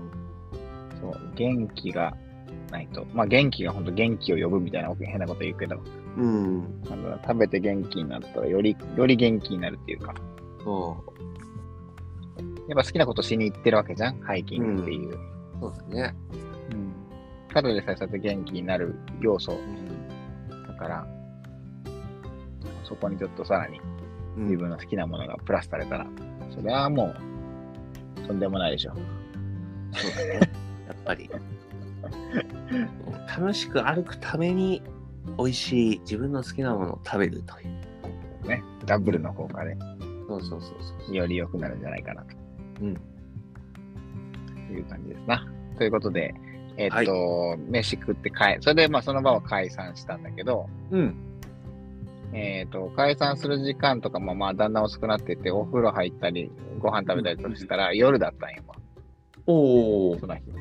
S1: そう。元気がないと。まあ元気が本当元気を呼ぶみたいな変なこと言うけど、
S2: うん。
S1: なんだろう食べて元気になったらより、より元気になるっていうか。
S2: そ
S1: やっぱ好きなことしに行ってるわけじゃんハイキングっていう。
S2: う。そうだね。
S1: うん。ただでさえそうやって元気になる要素
S2: うん。
S1: だから、そこにちょっとさらに
S2: うん
S1: 自分の好きなものがプラスされたら、それはもう、とんでもないでしょ。
S2: そうだね。やっぱ り。楽しく歩くために美味しい自分の好きなものを食べるという。
S1: ね、ダブルの効果で
S2: そうそうそうそう。
S1: より良くなるんじゃないかなと。
S2: うん。
S1: いう感じですな。ということで、えっと、飯食って帰、それでまあその場は解散したんだけど、
S2: うん。
S1: えっと、解散する時間とかもまあだんだん遅くなってって、お風呂入ったり、ご飯食べたりとしたら夜だったんよ、
S2: おお
S1: そ。の日ね。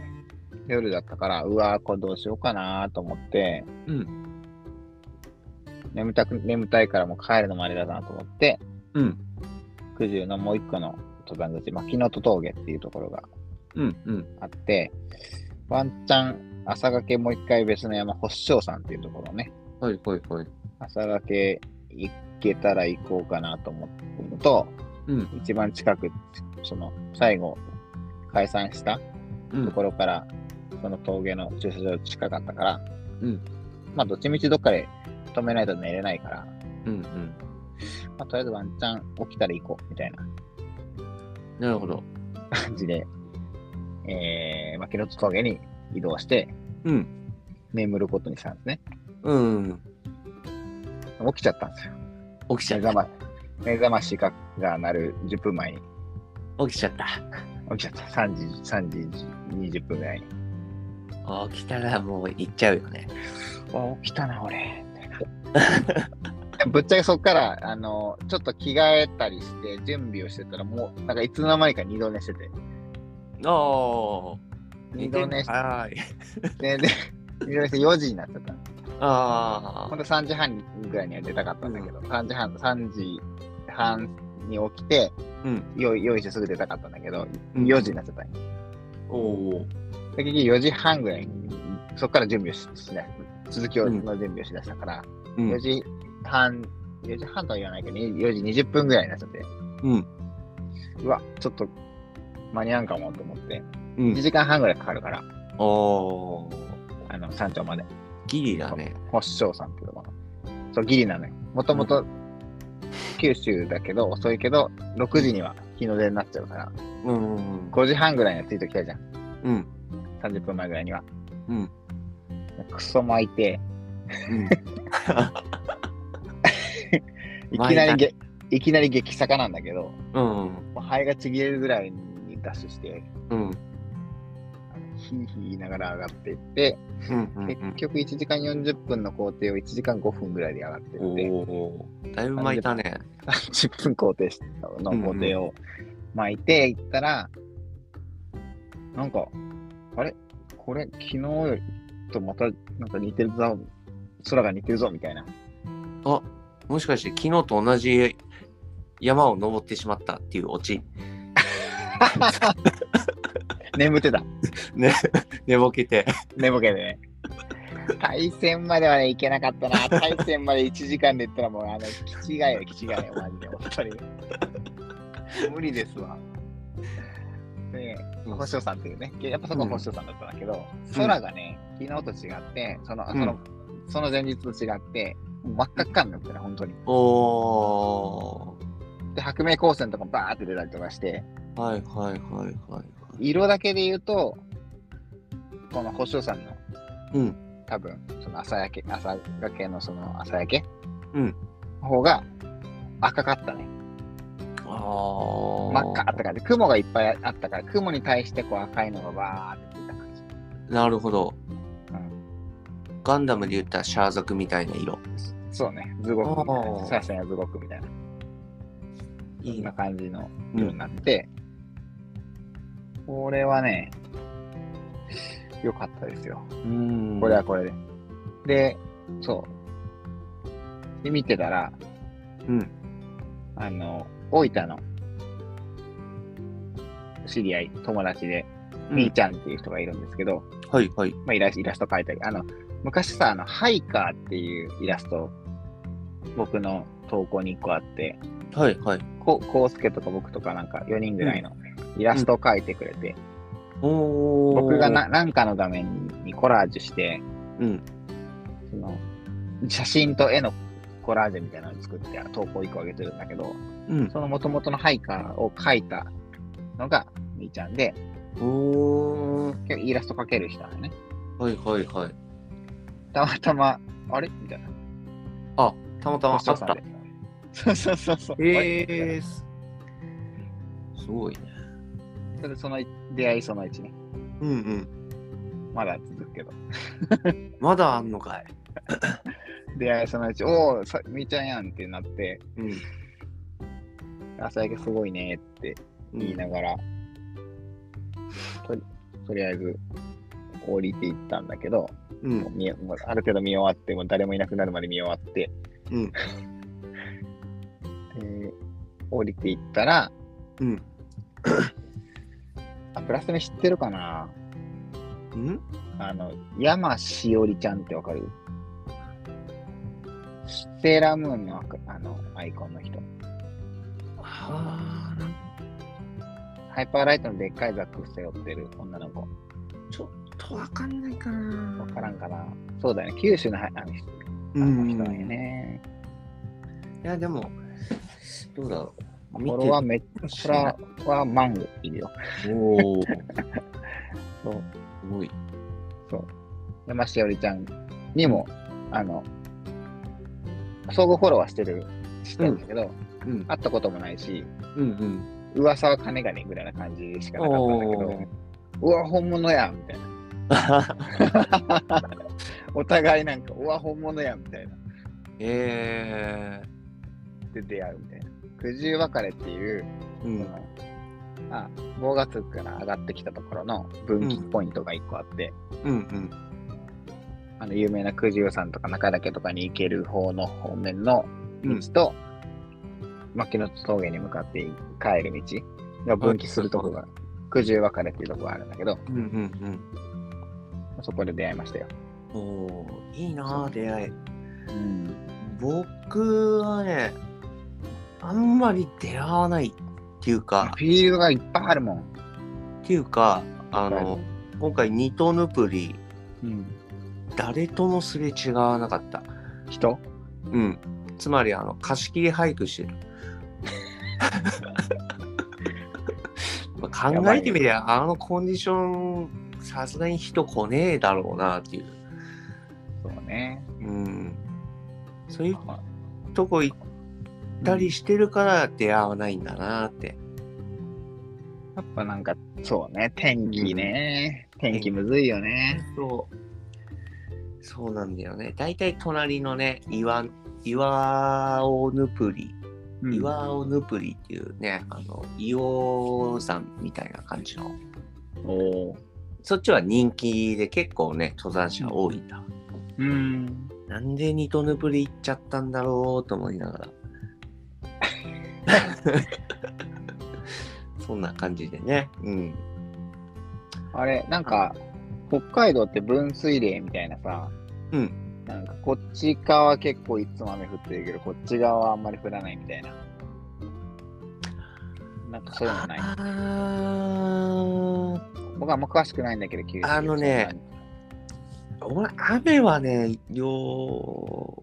S1: 夜だったから、うわー、これどうしようかなーと思って、
S2: うん。
S1: 眠たく、眠たいからもう帰るのもあれだなと思って、
S2: うん。
S1: 九十のもう一個の登山口、牧野戸峠っていうところが
S2: うん。うん。
S1: あって、ワンチャン朝掛けもう一回別の山、星章山っていうところね、
S2: はいはいはい。
S1: 朝掛け行けたら行こうかなと思ってるのと、
S2: うん。
S1: 一番近く、その最後、解散した
S2: うん
S1: ところから、その峠の駐車場近かったから、
S2: うん
S1: まあ、どっちみちどっかで止めないと寝れないから、
S2: うん。うん。
S1: まあ、とりあえずワンチャン起きたら行こうみたいな
S2: なるほど。
S1: 感じで、えー、まあ、キノツ峠に移動して、
S2: うん。
S1: 眠ることにしたんですね。
S2: うん。
S1: 起きちゃったんですよ。
S2: 起きちゃ
S1: 目
S2: っ
S1: 覚
S2: た。
S1: ま目覚ましが鳴る10分前に
S2: 起きちゃった。
S1: 起きちゃった。3時、3時20分ぐらいに。
S2: 起きたらもう行っちゃうよね。
S1: あ起きたな、俺。みたいな ぶっちゃけそっから、あの、ちょっと着替えたりして、準備をしてたら、もう、なんかいつの間にか二度寝してて。
S2: ああ。
S1: 二度寝し
S2: はーい。
S1: て、で、二度寝して4時になっちゃった。
S2: あ
S1: ほんと3時半ぐらいには出たかったんだけど、3時半、3時半に起きて、
S2: うん
S1: よ用意してすぐ出たかったんだけど、
S2: うん
S1: 4時になっちゃったんよ。
S2: あ。おお。
S1: で結局4時半ぐらいに、そっから準備をししない、続きを
S2: うん
S1: の準備をしだしたから、
S2: うん
S1: 4。時半、4時半とは言わないけど、4時20分ぐらいになっちゃって、
S2: うん。
S1: うわ、ちょっと間に合うんかもと思って、
S2: う
S1: 1
S2: ん。
S1: 時間半ぐらいかかるから、
S2: おお。
S1: あの、山頂まで。
S2: ギリだね。
S1: 星章山っていうところ。そう、ギリなのよ。もともと九州だけど、遅いけど、6時には日の出になっちゃうから、
S2: うん。うん。
S1: 5時半ぐらいには着いてきたじゃん。
S2: うん。
S1: 30分前ぐらいには。
S2: うん。
S1: クソ巻いて、
S2: うん。
S1: いきなりげ、いきなり激坂なんだけど、
S2: うん。
S1: もう肺がちぎれるぐらいにダッシュして、
S2: うん。
S1: ヒーヒー言いながら上がっていって、
S2: うん。
S1: 結 局1時間40分の工程を1時間5分ぐらいで上がって
S2: お
S1: って、
S2: お。だいぶ巻いたね。
S1: 10分工程の工程を巻いて行ったら、なんか、あれこれ、昨日よりとまたなんか似てるぞ、空が似てるぞみたいな。
S2: もしかして昨日と同じ山を登ってしまったっていうオチ。
S1: 眠ってた。
S2: 寝ぼけて。
S1: 寝ぼけでね。対戦まではね、いけなかったな。対戦まで1時間で行ったらもう、あの、気違いよ、気違いよ、マジで、本当に。無理ですわ。で、
S2: うん
S1: 星野さんっていうね、やっぱそこは星野さんだったんだけど、
S2: ん
S1: 空がね、昨日と違って、その、その、
S2: う
S1: その前日と違って、もう真っ赤っかになってね、本当に。
S2: おお。
S1: で、白明光線とかもバーって出たりとかして、
S2: はいはいはいはい。
S1: 色だけで言うと、この星野さんの、
S2: うん
S1: 多分、その朝焼け、朝がけのその朝焼け、
S2: うん
S1: の方が赤かったね。
S2: ああ。
S1: 真っ赤って感じ。雲がいっぱいあったから、雲に対してこう赤いのがバーって出た感じ。
S2: なるほど。
S1: うん
S2: ガンダムで言ったらシャーザクみたいな色。
S1: そうね、ズゴクみたい
S2: お
S1: な。
S2: ー
S1: 最初のズゴクみたいな。そ
S2: いい
S1: んな
S2: な。
S1: 感じの
S2: う
S1: 色に
S2: ん。
S1: なって、これはね、良かったですよ。
S2: うん
S1: これは。これで。で、そう。で、見てたら、
S2: うん。
S1: あの、大分の知り合い、友達で、みーちゃんっていう人がいるんですけど、
S2: はいはい。
S1: まあ、イライラスト描いたり、あの、昔さ、あの、ハイカーっていうイラスト、僕の投稿に1個あって、
S2: はいはい。
S1: ここうすけとか僕とかなんか4人ぐらいのイラストを描いてくれて、
S2: おお。
S1: 僕がななんかの画面にコラージュして、
S2: うん。
S1: その、写真と絵のコラージュみたいなのを作って投稿1個上げてるんだけど、
S2: うん。
S1: その元々のハイカーを描いたのがみーちゃんで、
S2: おー
S1: 結構イラスト描ける人なのね。
S2: はいはいはい。
S1: たまたま、あれみたいな。
S2: あ、たまたまあっ
S1: 星野さ
S2: た
S1: んで。そうそうそうそう。
S2: えー、すすごいね。
S1: それその出会いその1ね。
S2: うんうん。
S1: まだ続くけど。
S2: まだあんのかい。
S1: 出会いその1、おお、さみーちゃんやんってなって、
S2: うん。
S1: あ、最近すごいねって言いながら、ととりあえず降りていったんだけど、
S2: う。
S1: もうん見えもうある程度見終わって、もう誰もいなくなるまで見終わって、
S2: うん。
S1: えー降りていったら、
S2: うん。
S1: あ、プラス目知ってるかな
S2: うん
S1: あの、山しおりちゃんってわかるセーラームーンのアカあのアイコンの人。
S2: はあ、なん
S1: ハイパーライトのでっかいザック背負ってる女の子。
S2: とわかんないかな。
S1: わからんかなそうだよね。九州のはあの人あ
S2: う
S1: の
S2: ん。い
S1: 人なんやね。
S2: や、でも、どうだろ
S1: フ
S2: う。
S1: ォロワーめっちゃ
S2: ら、
S1: はマンゴいるよ。
S2: おお、 す
S1: そう。
S2: ごい。
S1: 山しおりちゃんにも、あの、相互フォローはしてる、してるんだけど、
S2: うん。
S1: 会ったこともないし、
S2: うん
S1: 噂は金がねぐらいな感じしかなかったんだけ
S2: お
S1: ど
S2: ー、
S1: うわ、本物やみたいな。お互いなんか、うわ、本物やみたいな。
S2: うん。え
S1: で出会うみたいな。九十別れっていう、
S2: ー。う
S1: そ
S2: ん。
S1: のまあ、棒がつくから上がってきたところの分岐ポイントが1個あって、
S2: うん
S1: あの有名な九十山とか中岳とかに行ける方の方面の
S2: うん。
S1: 道と、牧野峠に向かって帰る道が分岐するとこが、九十別れっていうとこがあるんだけど、
S2: うんうん
S1: そこで出会いましたよ。
S2: うん。おお、いいなあ、出会い。
S1: うん、
S2: 僕はね、あんまり出会わないっていうか、
S1: フィールドがいっぱいあるもん。
S2: っていうか、あの、今回ニトヌプリ、
S1: うん、
S2: 誰ともすれ違わなかった。
S1: 人
S2: うん。つまり、あの、貸し切り俳句してる。 まあ考えてみりゃ、あのコンディション、さすがに人来ねえだろうなっていう。
S1: そうね。
S2: うん。そういうとこ行ったりしてるから出会わないんだなって。
S1: やっぱなんか、そうね、天気ね。天気むずいよね。
S2: そう。そうなんだよね。だいたい隣のね、岩、岩をぬぷり、
S1: うん
S2: 岩をぬぷりっていうね、あの、硫黄山みたいな感じの。
S1: おー
S2: そっちは人気で結構ね、登山者多いんだ。
S1: うん。
S2: なんでニトヌプリ行っちゃったんだろうと思いながら。そんな感じでね。うん。
S1: あれ、なんか、北海道って分水嶺みたいなさ、
S2: う
S1: なんかこっち側結構いつも雨降ってるけど、こっち側はあんまり降らないみたいな。なんかそういうのない。
S2: あー
S1: 僕はあんま詳しくないんだけど、九州
S2: あのね、俺、雨はね、よう、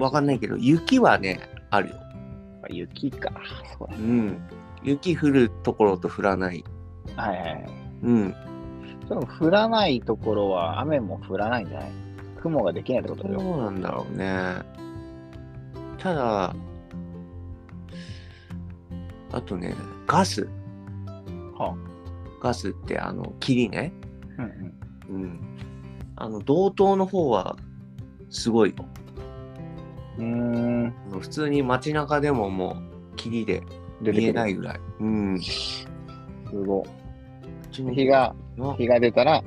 S2: わかんないけど、雪はね、あるよ。
S1: そんなに雪か。そうだ
S2: う。ん。雪降るところと降らない。
S1: はいはいはい。
S2: うん。
S1: でも降らないところは雨も降らないんじゃない雲ができないってこと
S2: ど
S1: よ。
S2: うなんだろうね。ただ、あとね、ガス。
S1: は
S2: ガスって、あの、霧ね。
S1: あ、うんうん。
S2: うん。あの、道東の方は、すごいよ。
S1: うーん、
S2: あの普通に街中でももう、霧で
S1: 出て
S2: 見
S1: く
S2: え
S1: る。
S2: ないぐらい。うん。
S1: すごい。
S2: 日
S1: 日が、
S2: の
S1: 日が出たら、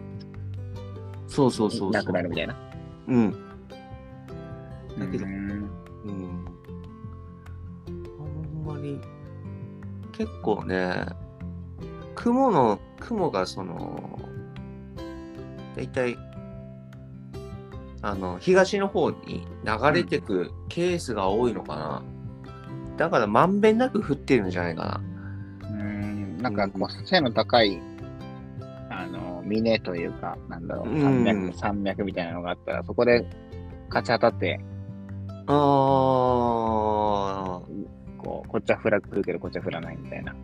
S2: そうそうそうそう。
S1: なくなるみたいな。
S2: うん。だけど
S1: うーん
S2: うん。あんまり、結構ね、雲の、雲がその、だいたい、あの、東の方に流れてくケースが多いのかな。だから、まんべんなく降ってるんじゃないか
S1: うーん、なんかこう、背の高い、あの、峰というか、なんだろう、山
S2: うん
S1: 脈、山脈みたいなのがあったら、そこで、勝ち当たって、
S2: な。あー。
S1: こう、こっちは降ら来るけど、こっちは降らないみたいな。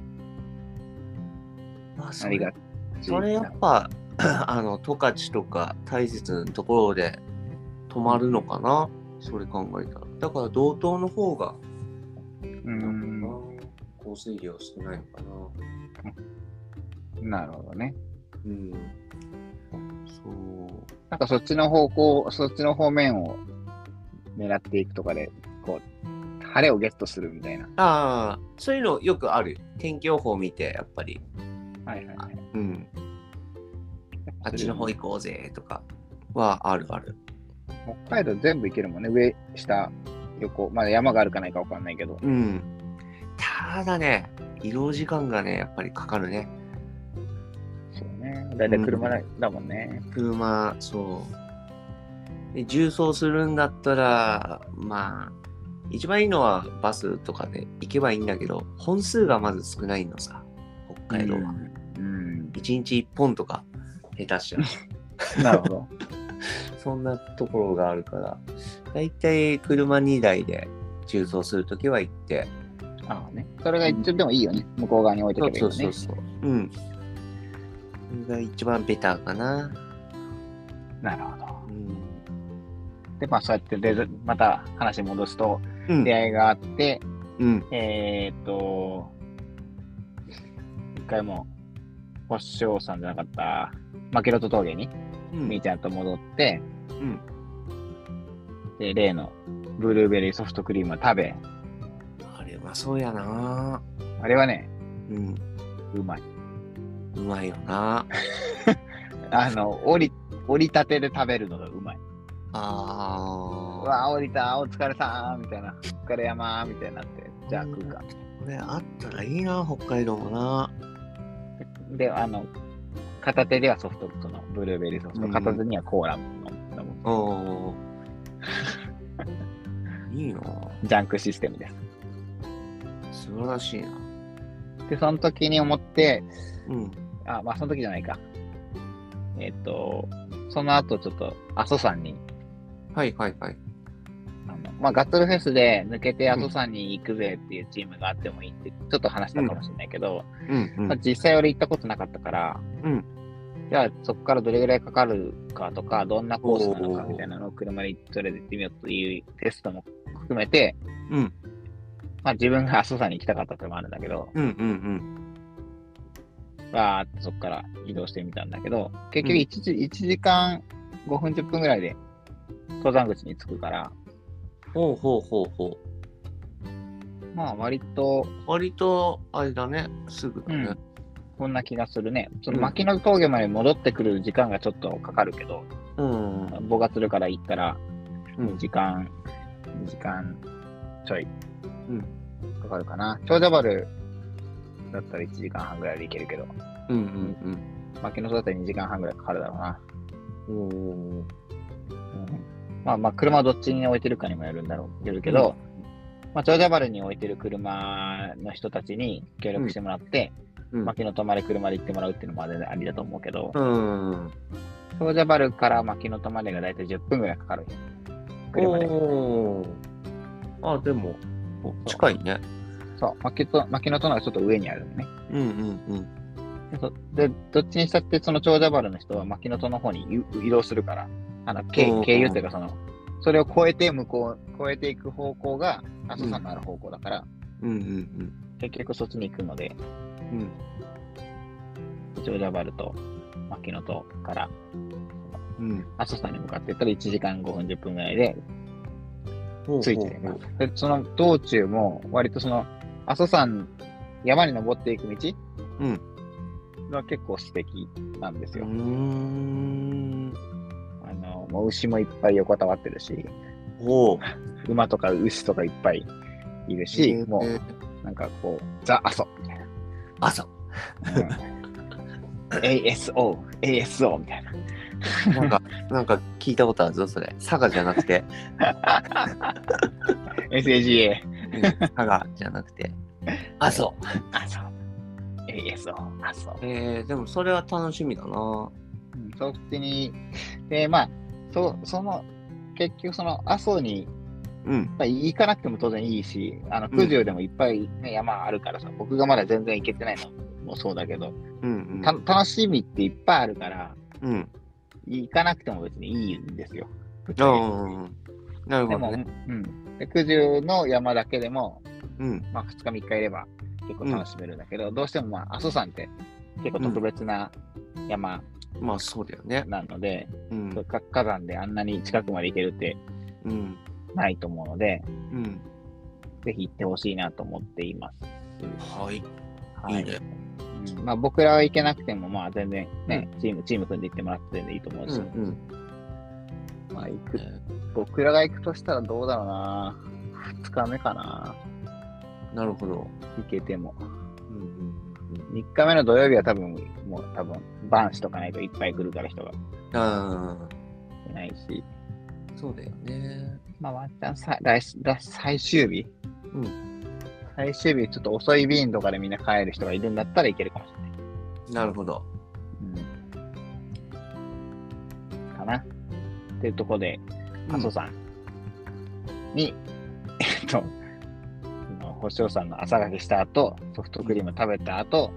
S2: まあ、そ
S1: ありが
S2: れ
S1: ち
S2: それやっぱ、 あの、十勝とか大雪のところで止まるのかな。それ考えたら。だから、道東の方が
S1: うん。
S2: 降水量少ないのかな。
S1: なるほどね。
S2: うん。そう。
S1: なんかそっちの方向、そっちの方面を狙っていくとかで、こう、晴れをゲットするみたいな。
S2: ああ、そういうのよくある。天気予報見て、やっぱり。
S1: はいはいはい。
S2: うん。あっちの方行こうぜとかはあるある。
S1: 北海道全部行けるもんね。上、下、横。まだ山があるかないかわかんないけど。
S2: うん。ただね、移動時間がね、やっぱりかかるね。
S1: そうね。だいたい車だ,、もんね。
S2: 車、そう。で重装するんだったら、まあ、一番いいのはバスとかで行けばいいんだけど、本数がまず少ないのさ、北海道は。
S1: うん。
S2: 一日一本とか、下手した
S1: な
S2: ら。
S1: るほど。
S2: そんなところがあるから、だいたい車2台で重装するときは行って、
S1: ああね。それが一応でもいいよね。向こう側に置いと
S2: そ
S1: け
S2: う
S1: ばいい
S2: そ
S1: よ
S2: う
S1: ね。
S2: そうそう。うん。それが一番ベターかな。
S1: なるほど。
S2: うん。
S1: で、まあそうやってで、また話戻すと、
S2: うん
S1: 出。会いがあって、
S2: うん。
S1: えー、っと、一回も、星翔さんじゃなかった、マキロト峠に、
S2: うん
S1: みーちゃんと戻って、
S2: うん
S1: で、例のブルーベリーソフトクリームを食べ、
S2: あれはそうやな。
S1: あれはね、
S2: うん。
S1: うまい。
S2: うまいよな。
S1: あの、降り、降りたてで食べるのがうまい。う
S2: ああ。
S1: わー、降りた、お疲れさー、みたいな。お疲れ山ー、みたいになって、じゃあ食うか。
S2: これあったらいいな、北海道もな。
S1: で、あの、片手ではソフトそのブルーベリーソフ
S2: う
S1: ト、
S2: ん
S1: 片手にはコーラの、
S2: おお。いいな。
S1: ジャンクシステムです。
S2: 素晴らしいな。
S1: で、その時に思って、
S2: うん。
S1: あ、まあ、その時じゃないか。えっ、と、その後ちょっと、阿蘇山に、
S2: はいはいはい。
S1: あのまあ、ガッツルフェスで抜けて阿蘇山に行くぜっていうチームがあってもいいって、ちょっと話したかもしれないけど、
S2: うん、う
S1: まあ、
S2: ん。
S1: 実際俺行ったことなかったから、
S2: うん
S1: じゃあそこからどれぐらいかかるかとか、どんなコースなのかみたいなのを車でそれで行ってみようというテストも含めて、
S2: うん、
S1: まあ、自分が阿蘇山に行きたかったってのもあるんだけど、
S2: うん、うん、
S1: わーってそこから移動してみたんだけど、結局 1, 時、一時間5分10分ぐらいで登山口に着くから、
S2: うん。ほうほうほうほう。
S1: まあ割と
S2: 割と、あれだね、すぐだね。
S1: うんこんな気がするね。その牧野峠まで戻ってくる時間がちょっとかかるけど、
S2: うん。
S1: ボガツルから行ったら
S2: うん。
S1: 時間、2時間ちょい
S2: うん
S1: かかるかな。長者丸だったら1時間半ぐらいで行けるけど、
S2: うん。うん。
S1: 牧野峠だったら2時間半ぐらいかかるだろうな。
S2: うん。おお。
S1: まあまあ、車をどっちに置いてるかにもよるんだろう、よるけど、まあ、長者原に置いてる車の人たちに協力してもらって、
S2: うん。
S1: 牧野泊まで車で行ってもらうっていうのも全然ありだと思うけど、
S2: うん。
S1: 長者原から牧野泊までが大体10分ぐらいかかる。車で。
S2: おお。あ、でも、近いね。
S1: そう、牧野牧野とのがちょっと上にあるのね。
S2: うんうん
S1: でそで、どっちにしたって、その長者原の人は牧野との方にゆ移動するから、あの、経
S2: うん
S1: 経由っていうか、その、それを越えて向こう、越えていく方向が、阿蘇山のある方向だから、
S2: うん。うんうん
S1: 結局そっちに行くので、
S2: うん。うん。
S1: ジョージャバルと牧野とから
S2: うん。
S1: 阿蘇山に向かっていったら1時間5分10分ぐらいで着
S2: つ
S1: いてるなでその道中も割とその阿蘇山山に登っていく道
S2: うん
S1: が結構素敵なんです
S2: うー
S1: よ。
S2: ん。
S1: あのもう牛もいっぱい横たわってるし
S2: おお。
S1: 馬とか牛とかいっぱいいるし、も
S2: えー
S1: うなんかこうザ・阿蘇みたい
S2: 朝。
S1: な。うん ASO、ASO みたいな。
S2: なんか、 なんか聞いたことあるぞ、それ。佐賀じゃなくて。
S1: SAGA、
S2: うん佐賀じゃなくて。朝。
S1: 阿蘇、ASO、阿蘇。
S2: えー、でもそれは楽しみだな。
S1: うんそっちに、で、まあ、そその、結局、その阿蘇に
S2: うん。
S1: まあ行かなくても当然いいし、あの
S2: うん
S1: 九十でもいっぱい、ね山あるからさ、僕がまだ全然行けてないのもそうだけど、
S2: うん、
S1: た楽しみっていっぱいあるから、
S2: うん。うん。
S1: 行かなくても別にいいんですよ。
S2: うん。なる
S1: で
S2: ほ
S1: も、
S2: どね。
S1: うん、で九十の山だけでも、
S2: うん。
S1: まあ、2日3日いれば結構楽しめるんだけど、どうしても、まあ、阿蘇山って結構特別な山
S2: まあそうだよね。
S1: なので、
S2: うん。
S1: か火山であんなに近くまで行けるって
S2: うん。
S1: ないと思うので、
S2: うん。
S1: ぜひ行ってほしいなと思っています。
S2: はい。
S1: はいい
S2: いね。
S1: うんまあ、僕らは行けなくても、まあ、全然、ねチーム、チーム組んで行ってもらって全然いいと思う
S2: う
S1: し、
S2: ん。
S1: まあ、行
S2: う
S1: く
S2: ん。
S1: 僕らが行くとしたらどうだろうな、2日目かな、
S2: なるほど。
S1: 行けても。
S2: うん。
S1: 3日目の土曜日は多分、もう多分、バンしとかないといっぱい来るから人が
S2: ああ。
S1: いないし、
S2: そうだよね。
S1: まあ、ワンチャンさ来来最終日、
S2: うん
S1: 最終日、ちょっと遅い便とかでみんな帰る人がいるんだったらいけるかもしれない。
S2: なるほ ど。
S1: うんかな。っていうところで、
S2: う
S1: 麻生
S2: ん
S1: さんに、 えっと、あの星尾さんの朝がけした後、ソフトクリーム食べた後、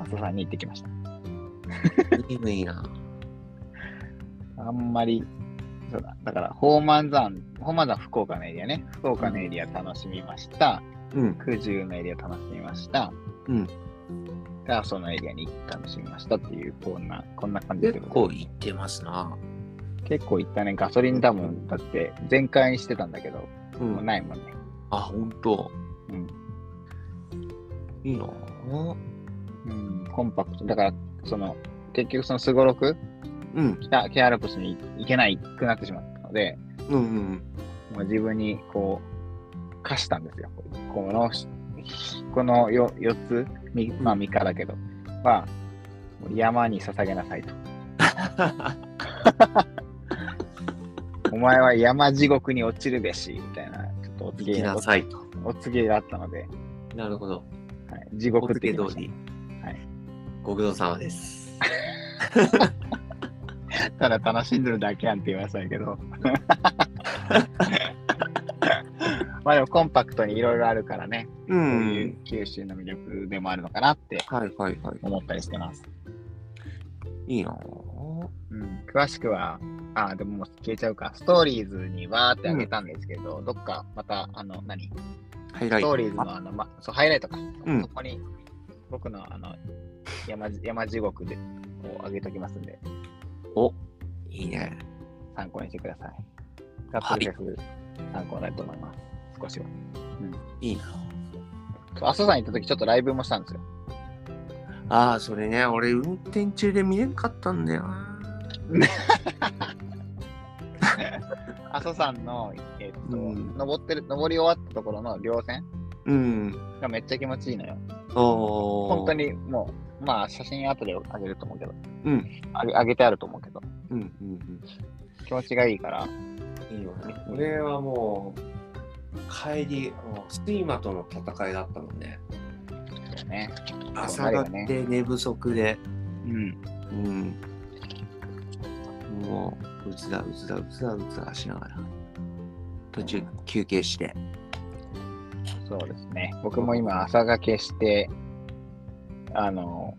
S1: 麻生さんに行ってきました。
S2: いいねいいな。
S1: あんまり、そうだ、だから、宝満山、宝満山福岡のエリアね、福岡のエリア楽しみました、
S2: うん。
S1: 九十のエリア楽しみました、
S2: うん。
S1: で、阿蘇のエリアに楽しみましたっていう、こんな、こんな感じで
S2: 結
S1: ございます
S2: 構行ってますな。
S1: 結構いったね、ガソリンダムだって全開にしてたんだけど、
S2: う。
S1: もうんないもんね。
S2: あ、本当。
S1: うん。
S2: いいな。
S1: うん、コンパクト。だから、その、結局そのスゴロク、
S2: うん。
S1: 北、北アルプスに行けないくなってしまったので、
S2: うんうん。
S1: もう自分にこう、課したんですよ。この、このよ4つ、みまあ3日だけど、は、もう山に捧げな さいと。お前は山地獄に落ちるべし、みたいな、ちょっとお告
S2: 行き
S1: げ
S2: な
S1: お
S2: さいと。
S1: お告げがあったので、
S2: なるほど。
S1: はい、地
S2: お
S1: 獄って
S2: 付
S1: 言
S2: け
S1: いまし
S2: 通
S1: たは
S2: り。
S1: い。
S2: ご苦労様です。
S1: ただ楽しんでるだけやんって言いましたけど。 まあでもコンパクトにいろいろあるからね、
S2: う
S1: そういう。九州の魅力でもあるのかなって
S2: はいはいはい。
S1: 思ったりしてます。
S2: いいな。
S1: うん、詳しくは、あ、でももう消えちゃうか、ストーリーズにわーってあげたんですけど、どっかまた、あの、何、
S2: ハイラ
S1: ス
S2: イ
S1: トー
S2: ト。
S1: リーズのあの、ま、そうハイライトか、
S2: うん
S1: そこに僕のあの山地山地獄でをあげときますんで、
S2: お、いいね。
S1: 参考にしてください。ガッツリフェス参考になると思います、少しは。
S2: いいな。
S1: そう阿蘇山行った時ちょっとライブもしたんですよ。
S2: ああ、それね、俺運転中で見れんかったんだよな。
S1: 阿蘇山の、えっと、
S2: うん
S1: 登ってる、登り終わったところの稜線
S2: うん。
S1: がめっちゃ気持ちいいのよ。
S2: おー
S1: 本当。にもう、まあ写真後であげると思うけど、
S2: うん。
S1: あげあげてあると思うけど、
S2: うんうん
S1: 気持ちがいいから、
S2: うん。いいよね。俺はもう、帰り、もうスティーマとの戦いだったもんね。
S1: そうね。
S2: 朝がね、寝不足で。
S1: うん。
S2: うん。もう、うつだうつだうつだうつだしながら。途中休憩して。
S1: そうですね。僕も今朝がけして、あの、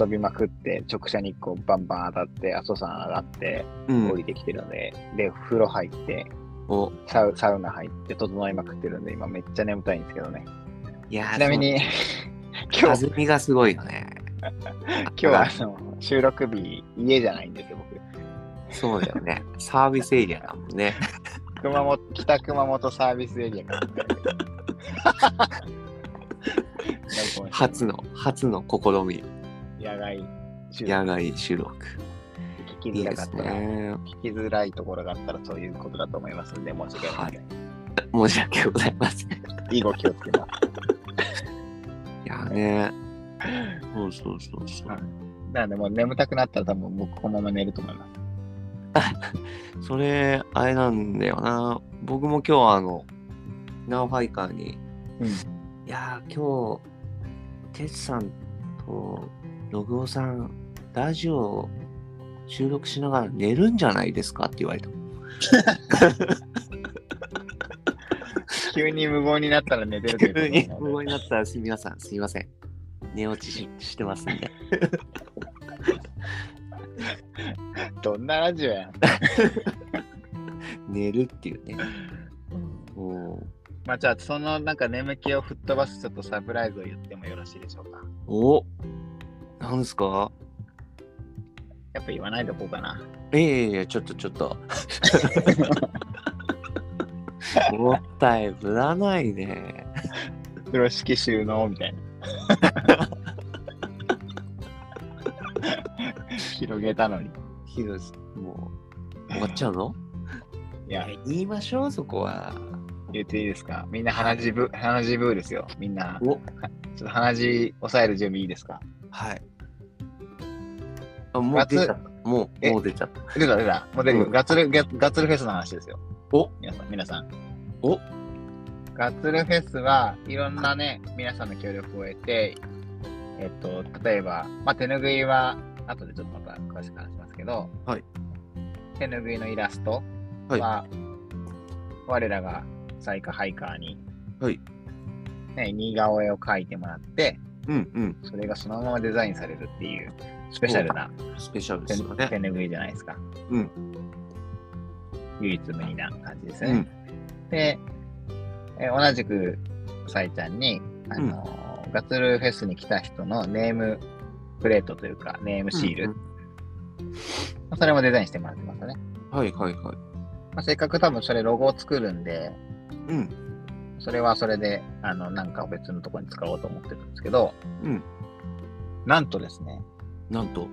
S1: 遊びまくって、直射日光バンバン当たって、阿蘇山上がって、
S2: う
S1: 降り。てきてるので、で、風呂入って、
S2: お、
S1: サウサウナ入って整いまくってるんで、今めっちゃ眠たいんですけどね。
S2: いやー
S1: ちなみ、に、
S2: そう
S1: 今日、
S2: 弾みがすごいよね。
S1: 今日あの収録日、家じゃないんですよ、
S2: そうだよね。サービスエリアだもんね。
S1: 僕。熊本、北熊本サービスエリアから。
S2: 初の、初の試み。
S1: 野外収
S2: 野
S1: 録。
S2: 外収録。
S1: 聞き
S2: いい
S1: づら
S2: で
S1: かっ
S2: す
S1: たら、
S2: ね。
S1: 聞きづらいところがあったらそういうことだと思いますので、申し訳ありません。
S2: 申し訳ございません。い
S1: 以後気をつけます。
S2: やーね。そうそうそうそう。
S1: なので、もう眠たくなったら多分僕、このまま寝ると思います。
S2: それ、あれなんだよな。僕も今日あの、ナウファイカーに
S1: うん。
S2: いやー今日、てつさんと信夫さん、ラジオ収録しながら寝るんじゃないですかって言われた。
S1: 急に無言になったら寝てるということなので
S2: 無言になったらすみません、すみません。寝落ちししてますんで。
S1: どんなラジオやん。
S2: 寝るっていうね。も
S1: まあじゃあそのなんか眠気を吹っ飛ばすちょっとサプライズを言ってもよろしいでしょうか
S2: おなんですか
S1: やっぱ言わないでおこうかな。
S2: いやいやいや、ちょっとちょっと。もったいぶらないね。
S1: 風呂敷収納みたいな。広げたのに。
S2: ひどいです。もう、終わっちゃうの
S1: いや、
S2: 言いましょう、そこは。
S1: 言っていいですかみんな鼻血ブー、鼻血ブーですよ。みんな。
S2: お
S1: ちょっと鼻血抑える準備いいですか
S2: はい。あ、もう出ちゃった。もう、
S1: え
S2: もう出ちゃった。
S1: 出た出た。もう出てく
S2: う
S1: る。
S2: ん
S1: ガッツル、ガガッツルフェスの話ですよ。
S2: お
S1: 皆さん、皆さん。
S2: お
S1: ガッツルフェスはいろんなね、皆さんの協力を得て、えっと、例えば、まあ、手ぬぐいは、後でちょっとまた詳しく話しますけど、
S2: はい
S1: 手ぬぐいのイラスト
S2: はい
S1: は、我らがサイカハイカーに、
S2: はい
S1: ね、似顔絵を描いてもらって、
S2: うんうん。
S1: それがそのままデザインされるっていう、スペシャルな
S2: スペシャルで
S1: 手
S2: すよね。
S1: ぬぐいじゃないですか。
S2: うん。
S1: 唯一無二な感じです
S2: う
S1: ね。
S2: ん。
S1: で、えー同じく、さいちゃんに、あのーガッツルフェスに来た人のネームプレートというか、ネームシール、
S2: うん
S1: それもデザインしてもらってますよね。
S2: うんはいはいはい。
S1: まあ、せっかく多分それロゴを作るんで、
S2: うん。
S1: それはそれで、あの、なんか別のところに使おうと思ってるんですけど、
S2: うん。
S1: なんとですね、
S2: なんと。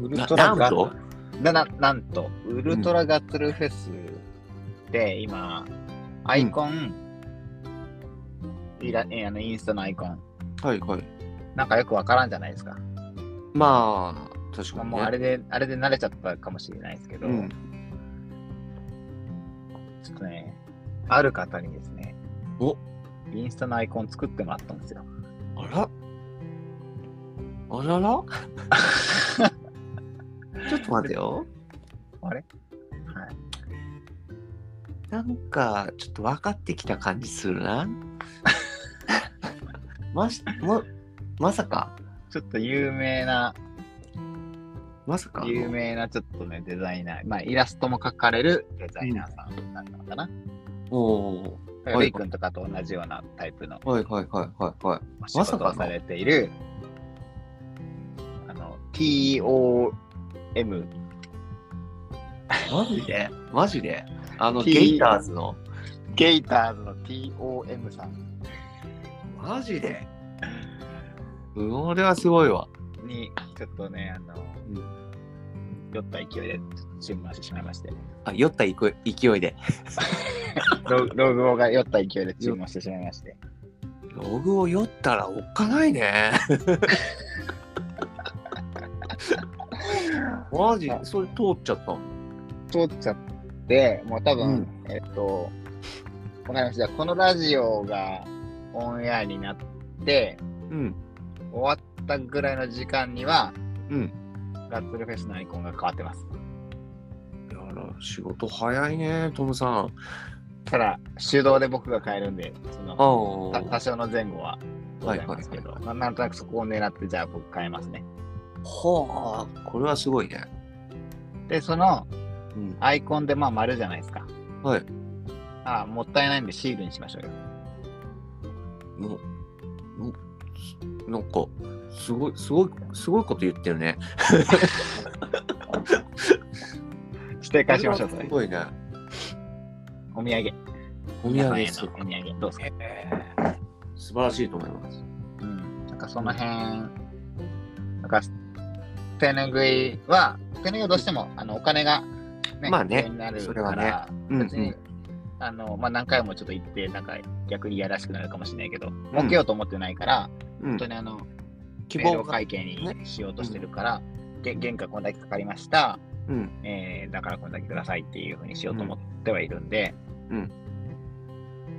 S1: ウル
S2: な
S1: ト
S2: な
S1: ラ
S2: ん
S1: ガ
S2: と
S1: なななんと、ウルトラガッツルフェスで今、アイコン、イラえあのインスタのアイコン、
S2: はいはい。
S1: なんかよくわからんじゃないですか。
S2: まあ、
S1: ま
S2: 確か
S1: あ
S2: に、ね。
S1: もうあれで、あれで慣れちゃったかもしれないですけど、
S2: うん。
S1: ちょっとね、ある方にですね、
S2: お
S1: インスタのアイコン作ってもらったんですよ。
S2: あらあら らちょっと待ってよ。
S1: あれはい。
S2: なんか、ちょっと分かってきた感じする な。まし、ま、まさか、
S1: ちょっと有名な、
S2: まさか。
S1: 有名なちょっとね、デザイナー、まあイラストも描かれるデザイナーさんなのかな。
S2: おー
S1: だから
S2: はい
S1: レイ君とかと同じようなタイプの
S2: はいはいはいはいは
S1: ま
S2: い。ま
S1: 仕
S2: さ
S1: 事
S2: かの
S1: をされている、あの、TOM、
S2: マジでマジであの、
S1: T-
S2: ゲイターズの。
S1: ゲイターズの TOM さん
S2: マジでこれはすごいわ。
S1: に、ちょっとね、あの、酔った勢いでちょっと注文してしまいまして、
S2: あ、酔った勢い勢いで。
S1: ロログオが酔った勢いで注文してしまいまして、
S2: ログを酔ったらおっかない ね。マジそれ通っちゃったの
S1: 通っちゃって、もう多分、
S2: うん
S1: えっと、わかりました。このラジオがオンエアになって、
S2: うん。
S1: 終わったぐらいの時間には、
S2: うん。
S1: ガッツルフェスのアイコンが変わってます。
S2: いやら、仕事早いね、トムさん。あ
S1: ただ、手動で僕が変えるんで、そのた多
S2: あ。
S1: 少の前後はございますけど、
S2: は
S1: まあなんとなくそこを狙って、じゃあ僕変えますね。
S2: ほう、これはすごいね。
S1: で、その
S2: うん。
S1: アイコンでまあ丸じゃないですか。
S2: はい。
S1: ああ、もったいないんでシールにしましょうよ。
S2: もう、もうなんか、すごい、すごい、すごいこと言ってるね。
S1: 指定化しましょう、そ
S2: これ
S1: れ
S2: はす。ごいね。
S1: お土産。
S2: お土
S1: 皆さん
S2: 産
S1: へ
S2: です
S1: のお土産。どうですか、
S2: 素晴らしいと思います。
S1: うん。なんかその辺、なんか、手ぬぐいは、手ぬぐいはどうしてもあのお金が、ね
S2: まあね
S1: 必要になる
S2: そ
S1: か
S2: れはね
S1: ら、
S2: うんう
S1: 別に、
S2: ん。
S1: あの、まあ、何回もちょっと行って、なんか逆にいやらしくなるかもしれないけど、儲けようと思ってないから、
S2: うん
S1: 本当にあの、
S2: 希
S1: メール
S2: 望
S1: を
S2: が。
S1: 会計にしようとしてるから、げ原価こんだけかかりました、
S2: うん。
S1: えーだからこんだけくださいっていうふうにしようと思ってはいるんで、
S2: うん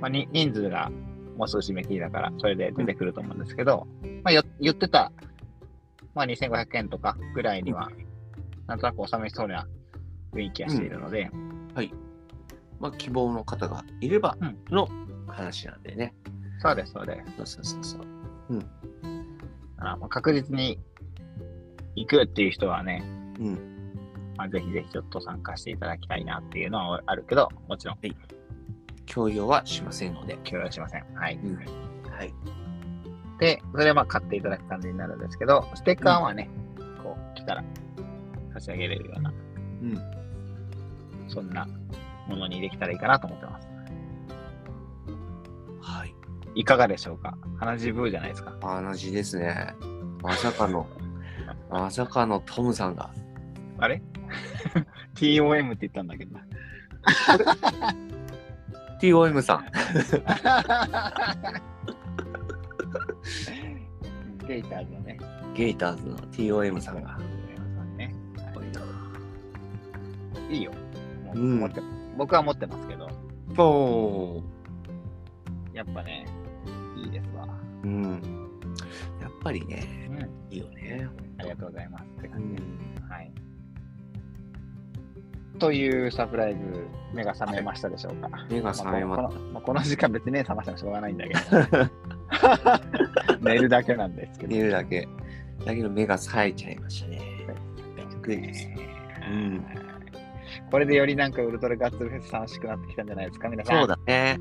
S1: まあ、に人数がもう少し締め切りだから、それで出てくると思うんですけど、まあ、よ言ってた、まあ、2500円とかぐらいには、なんとなく納めそうな雰囲気はしているので、
S2: まあ、希望の方がいれば
S1: うん
S2: の話なんでね。
S1: そうです、そうです。
S2: そうそうそうそう。
S1: あのまあ確実に行くっていう人はね、
S2: うん。
S1: まあ、ぜひぜひちょっと参加していただきたいなっていうのはあるけど、もちろん。
S2: 今共有はしませんので。
S1: 共有しません。はい。
S2: うんはい。
S1: で、それはまあ買っていただく感じになるんですけど、ステッカーはね、こう来たら差し上げれるような、
S2: うん。
S1: そんなものにできたらいいかなと思ってます。
S2: はい。
S1: いかがでしょうか鼻血ブーじゃないですか。
S2: 同じですね。まさかの、 まさかのトムさんが。
S1: あれ ?TOM って言ったんだけどな。
S2: TOM さん。
S1: ゲイターズのね。
S2: ゲイターズの TOM さんが。
S1: ね。
S2: こういうの
S1: いいよ。もう
S2: うん
S1: 持って僕は持ってますけど、
S2: ポーン
S1: やっぱね、いいですわ。
S2: うん。やっぱりね、
S1: うん、
S2: いいよね。
S1: ありがとうございますって
S2: う
S1: 感じです。
S2: ん。
S1: はい。というサプライズ、目が覚めましたでしょうか。
S2: 目が覚め
S1: ま
S2: ま
S1: あ
S2: す
S1: こ。のまあこの時間別にね、覚ましてもしょうがないん だけど。寝るだけなんですけど。
S2: 寝るだけ。だけど目が冴えちゃいましたね。びっくりです。
S1: ね
S2: うん。
S1: これでよりなんかウルトラガッツルフェス楽しくなってきたんじゃないですか、皆さん。
S2: そうだね。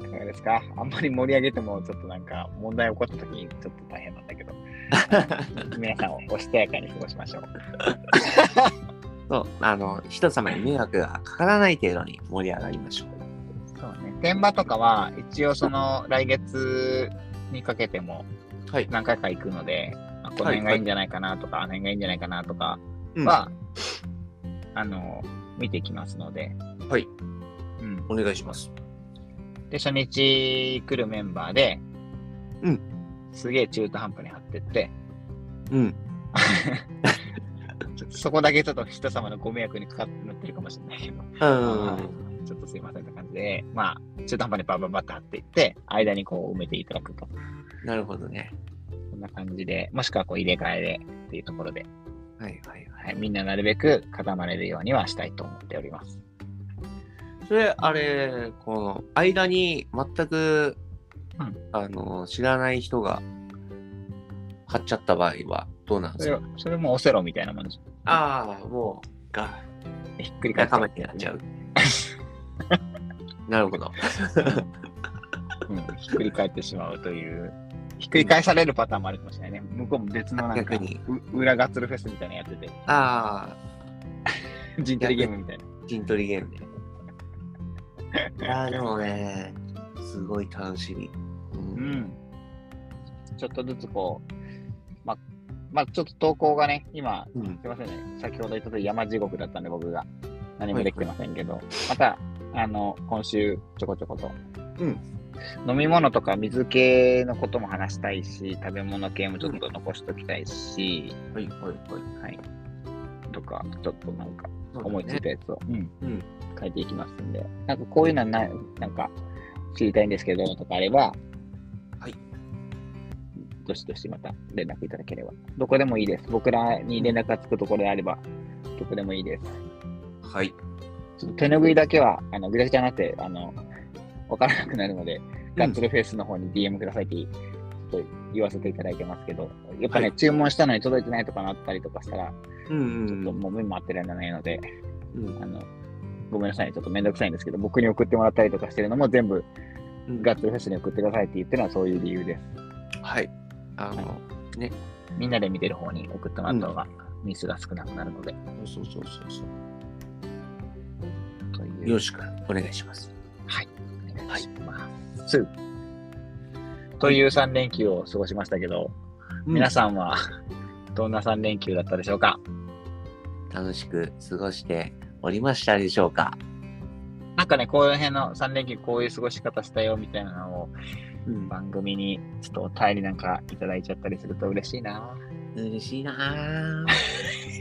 S1: いかがですかあんまり盛り上げても、ちょっとなんか問題起こった時にちょっと大変なんだけど、皆さんをおしとやかに過ごしましょう。
S2: そう。あの、人様に迷惑がかからない程度に盛り上がりましょう。
S1: そうね。天場とかは、一応その来月にかけても
S2: はい。
S1: 何回か行くので、あこの辺がいいんじゃないかなとか、あの辺がいいんじゃないかなとか
S2: うん、
S1: は、あの、見てきますので、
S2: はい。
S1: うん。
S2: お願いします。
S1: で、初日来るメンバーで、
S2: うん
S1: すげえ中途半端に張ってって、
S2: うん。
S1: ちょっとそこだけちょっと人様のご迷惑にかかってなってるかもしれないけど、
S2: うん。
S1: ちょっとすいませんって感じで、まあ、中途半端にバンバンバンって張っていって、間にこう埋めていただくと。
S2: なるほどね。
S1: こんな感じで、もしくはこう入れ替えでっていうところで、
S2: はいはいは
S1: はい、
S2: い。
S1: みんななるべく固まれるようにはしたいと思っております。
S2: それ、あれ、この、間に全く、
S1: うん
S2: あの、知らない人が、買っちゃった場合は、どうなんで
S1: そ
S2: す
S1: れ
S2: か
S1: はそれもオセロみたいなもんです。
S2: ああ、もう、が、
S1: ひっくり返
S2: 仲間になっち ゃう。なるほど。
S1: うん、ひっくり返ってしまうという、ひっくり返されるパターンもあるかもしれないね。向こうも別のなんか
S2: 逆に
S1: う裏ガッツルフェスみたいなのやってて、
S2: あ
S1: 人体ゲームみたいな。
S2: あ、筋トレゲームね。ああ、でもね、すごい楽しみ。う。
S1: うんん。ちょっとずつこう、ま、まあ、ちょっと投稿がね、今、
S2: うん
S1: すいませんね、先ほど言ったとおり山地獄だったんで僕が何もできてませんけど、また、あの、今週ちょこちょこと、
S2: うん
S1: 飲み物とか水系のことも話したいし、食べ物系もちょっと残しておきたいし、
S2: はいはいはい。
S1: とか、ちょっとなんか、
S2: そうだね
S1: 思いついたやつを、
S2: うん
S1: 書いていきますんで、なんかこういうのはななんか知りたいんですけどとかあれば、
S2: はい。
S1: どしどしまた連絡いただければ。どこでもいいです。僕らに連絡がつくところであれば、どこでもいいです。
S2: はい。
S1: ちょっと手拭いだけは、あの、ぐだぐだになって、あの、わからなくなるので、ガッツルフェイスの方に DM くださいって、ちょっと言わせていただいてますけど、やっぱね、
S2: はい
S1: 注文したのに届いてないとかなったりとかしたら、
S2: うんうん
S1: ちょっ
S2: う
S1: と
S2: ん
S1: もう目も合ってられないので、
S2: うん
S1: あの、ごめんなさい、ちょっとめんどくさいんですけど、僕に送ってもらったりとかしてるのも全部、
S2: うん。
S1: ガッツリフェスに送ってくださいって言ってるのはそういう理由です。
S2: はい。あの、
S1: みんなで見てる方に送ってもらった方が、ミスが少なくなるので。
S2: そうそうそうそ
S1: という
S2: う。よろしくお願いします。
S1: お願いします。という3連休を過ごしましたけど、皆さんは どんな3連休だったでしょうか
S2: 楽しく過ごしておりましたでしょうか
S1: なんかね、この辺の3連休こういう過ごし方したよみたいなのを
S2: うん
S1: 番組にちょっとお便りなんかいただいちゃったりすると嬉しいな。
S2: 嬉しいなぁ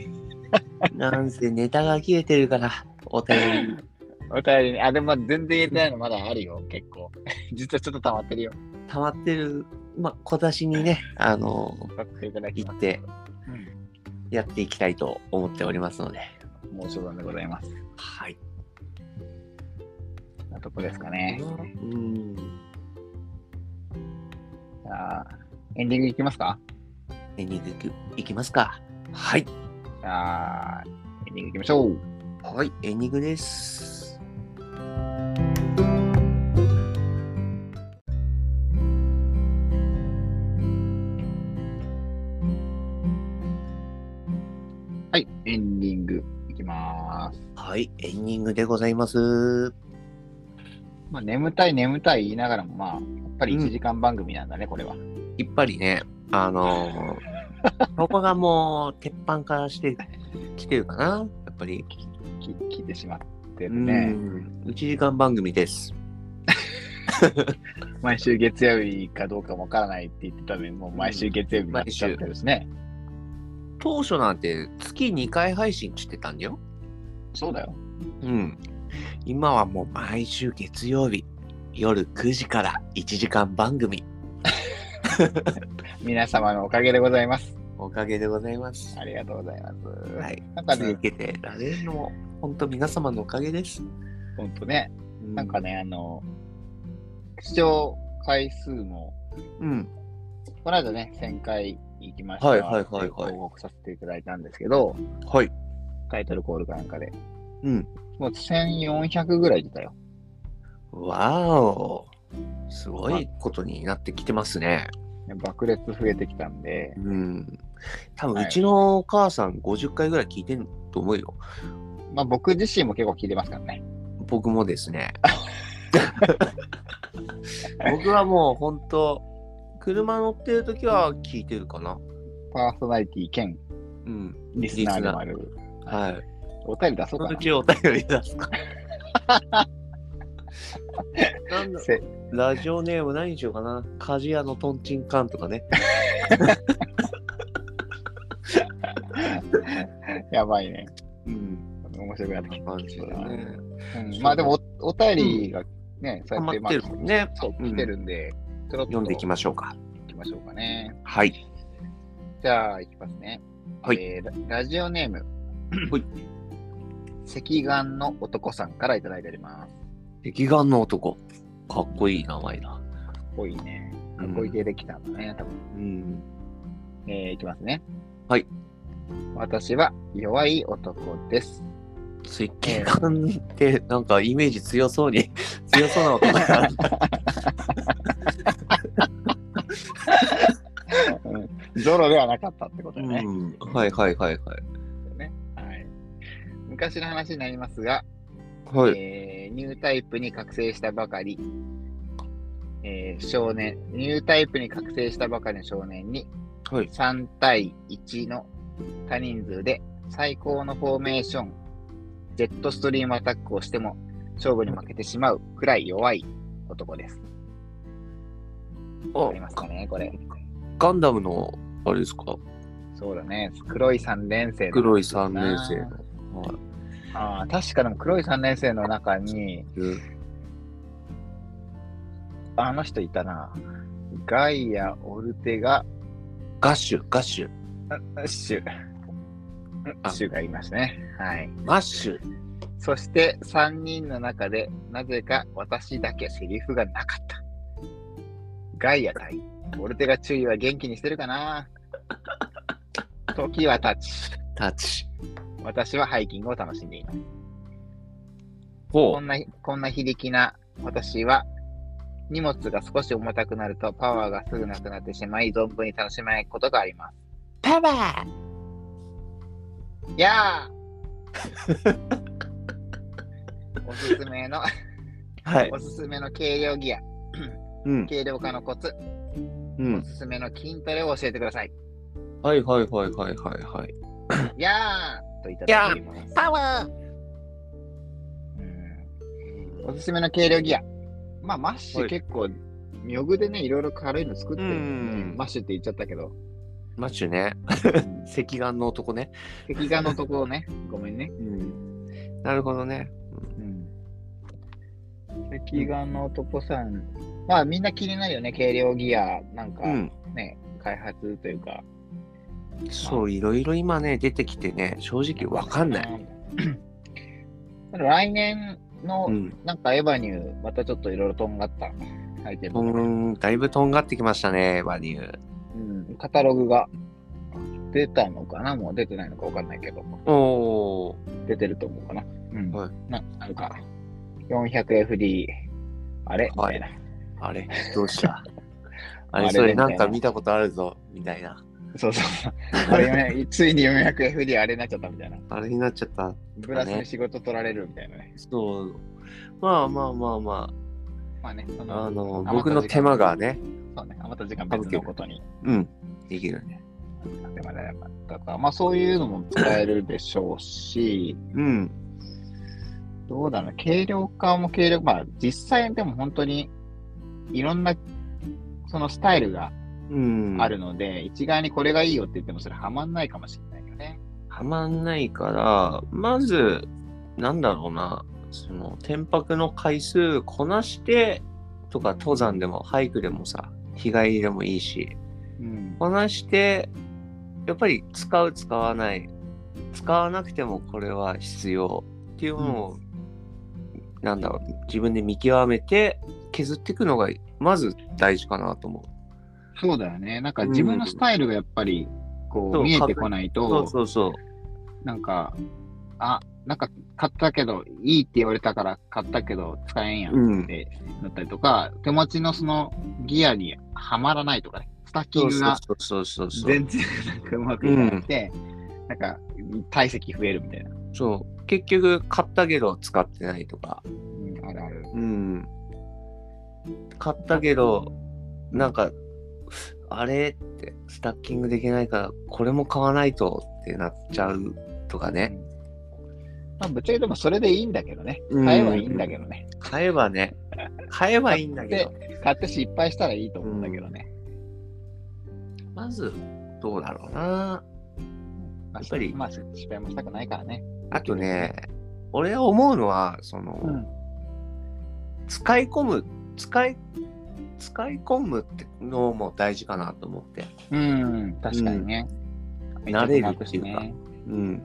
S2: なんせネタが切れてるから、お便り。
S1: お便りに、あ、でも全然言えてないのまだあるよ、結構。 実はちょっと溜まってるよ。
S2: 溜まってる、まあ、小出しにね、あの、
S1: 買っていただきます
S2: 行ってやっていきたいと思っておりますので。
S1: うん、もう相談でございます。
S2: はい。
S1: なとこですかね。
S2: うん。
S1: じゃあ、エンディングいきますか
S2: エンディングいきますか。はい。
S1: じゃあ、エンディングいきましょう。
S2: はい、エンディングです。
S1: はい、エンディングいきます。
S2: はい、エンディングでございます。
S1: まあ、眠たい眠たい言いながらも、まあ、やっぱり
S2: うん
S1: 1時間番組なんだね、これは。
S2: やっぱりね、あのーそこがもう鉄板からしてきてるかな、やっぱり。
S1: き聞いてしまってる
S2: う
S1: ね。
S2: ん、1時間番組です。
S1: 毎週月曜日かどうかもわからないって言ってたのに、もう毎週月曜日になっちゃってるしね。
S2: 当初なんて月2回配信してたんだよ。
S1: そうだよ。
S2: うん。今はもう毎週月曜日夜9時から1時間番組。
S1: 皆様のおかげでございます。
S2: おかげでございます。
S1: ありがとうございます。
S2: はい。
S1: なんかね
S2: 続、けてられるのも本当皆様のおかげです。
S1: ほんとね、なんかね、あの、視聴回数も、
S2: うん。
S1: この間ね、1000回行きました。
S2: はいはいはいはい
S1: 報告させていただいたんですけど、
S2: はい。
S1: タイトルコールかなんかで。
S2: うん。
S1: もう1400ぐらい出たよ。
S2: わお。すごいことになってきてますね。
S1: ね爆裂増えてきたんで、
S2: うん。多分
S1: はいう
S2: ちのお母さん50回ぐらい聞いてると思うよ。
S1: まあ僕自身も結構聞いてますからね。
S2: 僕もで すね。僕はもう本当車乗ってる時は聞いてるかな。
S1: パーソナリティ兼
S2: うん。
S1: リスナーでもある。
S2: はい。
S1: お便り出そう
S2: その
S1: か
S2: う
S1: な。
S2: ちお便り出 すか。なんだ
S1: せ
S2: ラジオネーム何にしようかな。鍛冶屋のトンチンカンとかね。
S1: やばいね。
S2: うん。
S1: 面白くなってき
S2: 感じだね。
S1: た。うんまあでもおお便りがね、そ
S2: 溜
S1: うや
S2: ま
S1: ってま
S2: ってるもんね。
S1: あそう
S2: うん
S1: 来てるんで、ちょろっと
S2: 読んでいきましょうか。
S1: 行きましょうかね。
S2: はい。
S1: じゃあ、いきますね。
S2: はい
S1: えーララジオネーム。
S2: はい。
S1: 赤眼の男さんからいただいております。
S2: 赤眼の男。かっこいい名前だ。
S1: かっこいいね。かっこいい系できたんだね、多分。
S2: うん。
S1: えーいきますね。
S2: はい。
S1: 私は弱い男です。
S2: 赤眼ってなんかイメージ強そう に強そうな男だから
S1: ゾロではなかったってことだね。
S2: うんはいはいはいはい
S1: ねはい、昔の話になりますが、
S2: はい
S1: えーニュータイプに覚醒したばかり、えー少年、ニュータイプに覚醒したばかりの少年に、
S2: はい
S1: 3対1の多人数で最高のフォーメーション、ジェットストリームアタックをしても勝負に負けてしまうくらい弱い男です。わかりますかね、これ。
S2: ガンダムのあれですか
S1: そうだね、黒い3年生の
S2: 黒い3年生の、はい
S1: ああ、確かでも黒い3年生の中に、
S2: うん
S1: あの人いたな。ガイア・オルテガ・
S2: ガッシュガッシュ
S1: シュ。
S2: あ
S1: シュがいましたね。はい。
S2: マッシュ
S1: そして3人の中で、なぜか私だけセリフがなかった。ガイア対オルテガ注意は元気にしてるかな時は経ち、
S2: タッチ
S1: 私はハイキングを楽しんでいます。
S2: ほ
S1: こんな、こんな非力な私は、荷物が少し重たくなるとパワーがすぐなくなってしまい、存分に楽しめないことがあります。
S2: パワ
S1: やーおすすめの、
S2: ーはい
S1: おすすめの軽量ギア、
S2: うん
S1: 軽量化のコツ、
S2: う
S1: お
S2: ん
S1: すすめの筋トレを教えてください。
S2: はいはいはいはいはいはい
S1: やーといただいております。
S2: パワ
S1: うんおすすめの軽量ギア。まあ、マッシ
S2: は
S1: ュ
S2: い
S1: 結構、ミョグでね、いろいろ軽いの作ってるんで、
S2: うん
S1: マッシュって言っちゃったけど、
S2: ーマッシュね 赤眼の男ね
S1: 赤眼のところ ね、ごめんね。
S2: うんなるほどね
S1: うん赤眼の男さん、まあみんな気になるよね、軽量ギアなんか
S2: うん
S1: ね、開発というか。
S2: そういろいろ今ね出てきてね正直わかんない
S1: うん。 来年の
S2: うん
S1: なんかエヴァニュー、またちょっといろいろとんがったアイテ
S2: う
S1: ム、
S2: ーんだいぶとんがってきましたねバニュー
S1: うん、カタログが出たのかな、もう出てないのかわかんないけど、
S2: おお
S1: 出てると思うかな。うん
S2: はい
S1: ななんか 400FD、あれ、
S2: はい
S1: みたいな
S2: あれどうしたあれ
S1: あれ
S2: それ
S1: みた
S2: ない
S1: なん
S2: か見たことあるぞみたいな。
S1: そうそう。あれ ね、ついに 400FD あれになっちゃったみたいな。
S2: あれになっちゃった。
S1: ブラスに仕事取られるみたいなね。
S2: そう。まあまあまあま
S1: まあね、そ
S2: あ、あ
S1: の、
S2: の、
S1: あ
S2: 僕の手間がね、
S1: そうね、余った時間別のことに。
S2: うん、できるね。
S1: でもね、だから、まあそういうのも使えるでしょうし、
S2: うん、
S1: どうだろう、軽量化も軽量、まあ実際でも本当にいろんなそのスタイルが
S2: うん。
S1: あるので、一概にこれがいいよって言ってもそれはまんないかもしれないよね。
S2: はまんないから、まず、なんだろうな、その、天白の回数こなしてとか、登山でも、ハイクでもさ、日帰りでもいいし、
S1: うん。
S2: こなして、やっぱり使う、使わない、使わなくてもこれは必要っていうものを、なんだろう、自分で見極めて、削っていくのが、まず大事かなと思う。
S1: そうだよね。なんか自分のスタイルがやっぱりこう、
S2: そう
S1: 見えてこないと、
S2: そうそうそう。
S1: なんか、あ、なんか買ったけど、いいって言われたから買ったけど使えんやんってなったりとか、手持ちのそのギアにはまらないとかね、スタッキングが
S2: そうそうそうそうそう
S1: 全然なんかうまくいかなくて、なんか体積増えるみたいな。
S2: そう結局買ったけど使ってないとか
S1: うん、あるある。
S2: うん買ったけどなんかあれってスタッキングできないからこれも買わないとってなっちゃうとかね
S1: まあ、ぶっちゃけでもそれでいいんだけどね。
S2: うん
S1: 買えばいいんだけどね。
S2: 買えばね買えばいいんだけど
S1: 買って失敗したらいいと思うんだけどね。
S2: まずどうだろうな
S1: まあ
S2: やっぱり
S1: まあ、失敗もしたくないからね。
S2: あとね俺は思うのはその、
S1: うん。
S2: 使い込む使い使い込むってのも大事かなと思って
S1: うん、確かにね。
S2: 慣れるっていうか
S1: めちゃくちゃ楽しね
S2: うん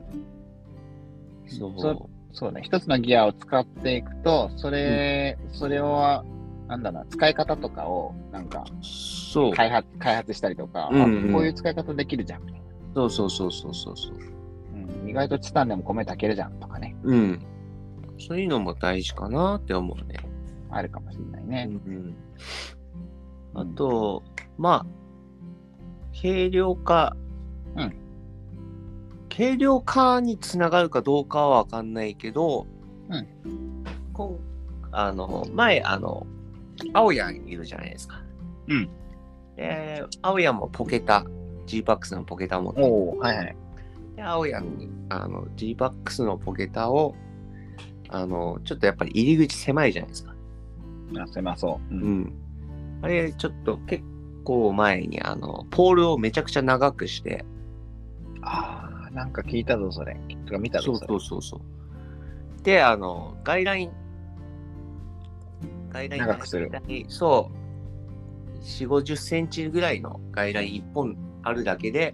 S2: そう
S1: そそうね、一つのギアを使っていくと、それ、それを、なんだろうな、使い方とかを、なんか、
S2: そう
S1: 開発、開発したりとか、
S2: うんうん
S1: あこういう使い方できるじゃん、みたいな。
S2: そうそうそうそうそうそう。
S1: うん、意外とチタンでも米炊けるじゃんとかね、
S2: うん。そういうのも大事かなって思うね。
S1: あるかもしれないうね。
S2: ん、あと、まあ、軽量化。
S1: うん。
S2: 軽量化につながるかどうかはわかんないけど、
S1: うん
S2: こんあの、前、あの、青やんいるじゃないですか。
S1: うん。
S2: で、青やんもポケタ、G-PAX のポケタ持って
S1: うん、おおはいはい。
S2: で、青やんに、あの、G-BAX のポケタを、あの、ちょっとやっぱり入り口狭いじゃないですか。
S1: あすいません、そう。う。
S2: うんん。あれ、ちょっと結構前に、あの、ポールをめちゃくちゃ長くして、
S1: ああ、なんか聞いたぞ、それ。とか見たぞ、
S2: そう
S1: それ。
S2: そうそうそう。で、あの、外来ン外来
S1: 長くする
S2: そう。4、50センチぐらいの外来1本あるだけで、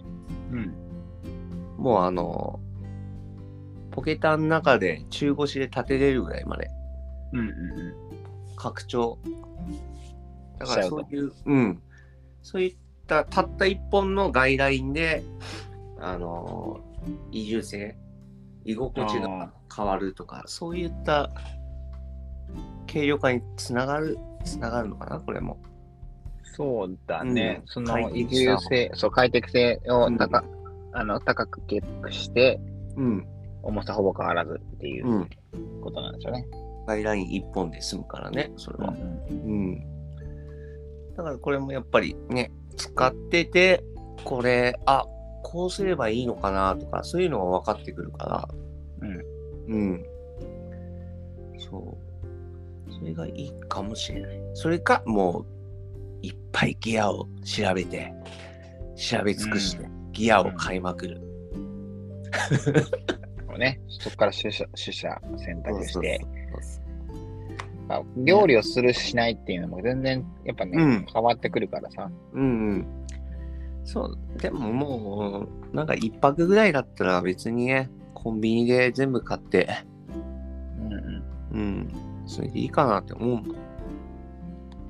S1: うん。
S2: もうあの、ポケタの中で中腰で立てれるぐらいまで
S1: うんうんう
S2: 拡張。だか
S1: しち
S2: ら
S1: ゃう
S2: そ
S1: と
S2: ういう、うん。そういったたった一本の外来で、あのー、移住性、居心地が変わるとか、そういった軽量化につながる、つながるのかな、これも。
S1: ん。そうだね。
S2: うん
S1: そ
S2: 快
S1: の、移
S2: 適さ
S1: 住性、そう、快適性を高、
S2: う
S1: あの高くキープして、
S2: うん。。
S1: 重さほぼ変わらずっていううんことなんですよね。
S2: 外来一本で済むからね、それは。
S1: ん
S2: うん。だからこれもやっぱりね、使ってて、これ、あこうすればいいのかなとか、そういうのが分かってくるから。うん。うん。そう。それがいいかもしれない。それか、もう、いっぱいギアを調べて、調べ尽くして、ギアを買いまくる。
S1: をね、そこから取捨取捨選択して、
S2: そうそう
S1: まあ、料理をする、しないっていうのも全然やっぱね、
S2: うん
S1: 変わってくるからさ、
S2: うんうん。そう、でももう、なんか一泊ぐらいだったら別にね、コンビニで全部買って、
S1: うんうん、
S2: うん、それでいいかなって思うもん。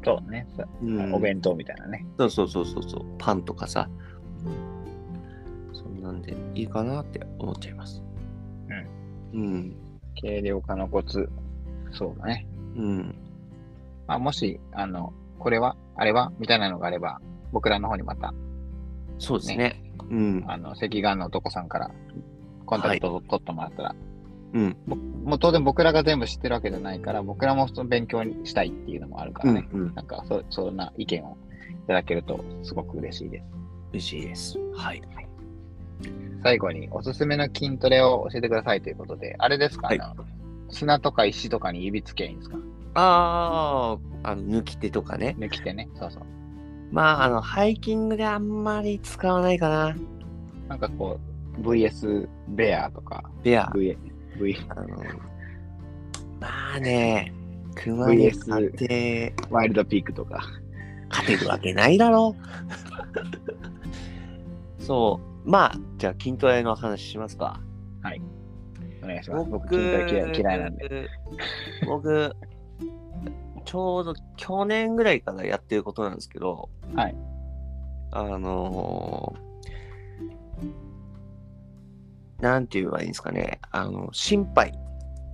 S1: そうね、さ
S2: うん、
S1: お弁当みたいなね、
S2: そうそうそうそうそう、パンとかさ、そんなんでいいかなって思っちゃいます。うん。
S1: 軽量化のコツ、そうだね。
S2: うん。うん。
S1: まあ、もし、あの、これは、あれは、みたいなのがあれば、僕らの方にまた
S2: そうですね。うん。
S1: あの、赤眼の男さんからコンタクトを取ってもらったら、
S2: うん。
S1: もう当然僕らが全部知ってるわけじゃないから、僕らもその勉強にしたいっていうのもあるか
S2: う
S1: ら
S2: ん。
S1: ね。
S2: うん。
S1: なんかそ、そんな意見をいただけるとすごく嬉しいです。
S2: 嬉しいです。はい。
S1: 最後におすすめの筋トレを教えてくださいということで、あれですか、
S2: はい
S1: あの砂とか石とかに指つけばいいんですか
S2: ああ、あの、抜き手とかね。
S1: 抜き手ね。そうそう。
S2: まあ、あの、ハイキングであんまり使わないかな。
S1: なんかこう、VS ベアとか、
S2: ベア。
S1: v v
S2: あの、まあね、熊に勝て、
S1: ワイルドピークとか。
S2: 勝てるわけないだろ。 そう。まあ、じゃあ筋トレの話しますか。
S1: お願いします。僕、
S2: 僕、
S1: 筋トレ嫌い嫌いなんで。
S2: で。僕、ちょうど去年ぐらいからやってることなんですけど、
S1: はい。
S2: あのーなんて言えばいいんですかね、あの、心肺。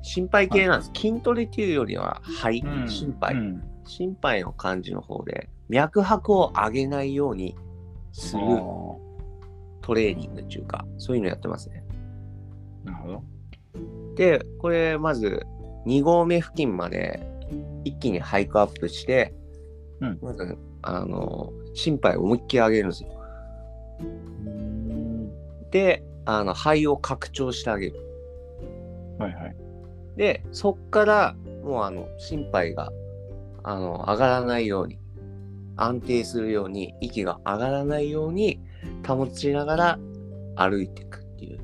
S2: 心肺系なんです。筋トレっていうよりは肺、心肺、
S1: うん
S2: 心肺の感じの方で、脈拍を上げないようにする
S1: お
S2: トレーニングっていうか、そういうのやってますね。
S1: ーなるほど。
S2: で、これ、まず、2合目付近まで一気にハイクアップして、
S1: うん
S2: まず、あの、心肺を思いっきり上げるんですよ。で、あの、肺を拡張してあげる。
S1: はいはい。
S2: で、そっから、もう、あの、心肺が、あの、上がらないように、安定するように、息が上がらないように、保ちながら歩いていくっていう、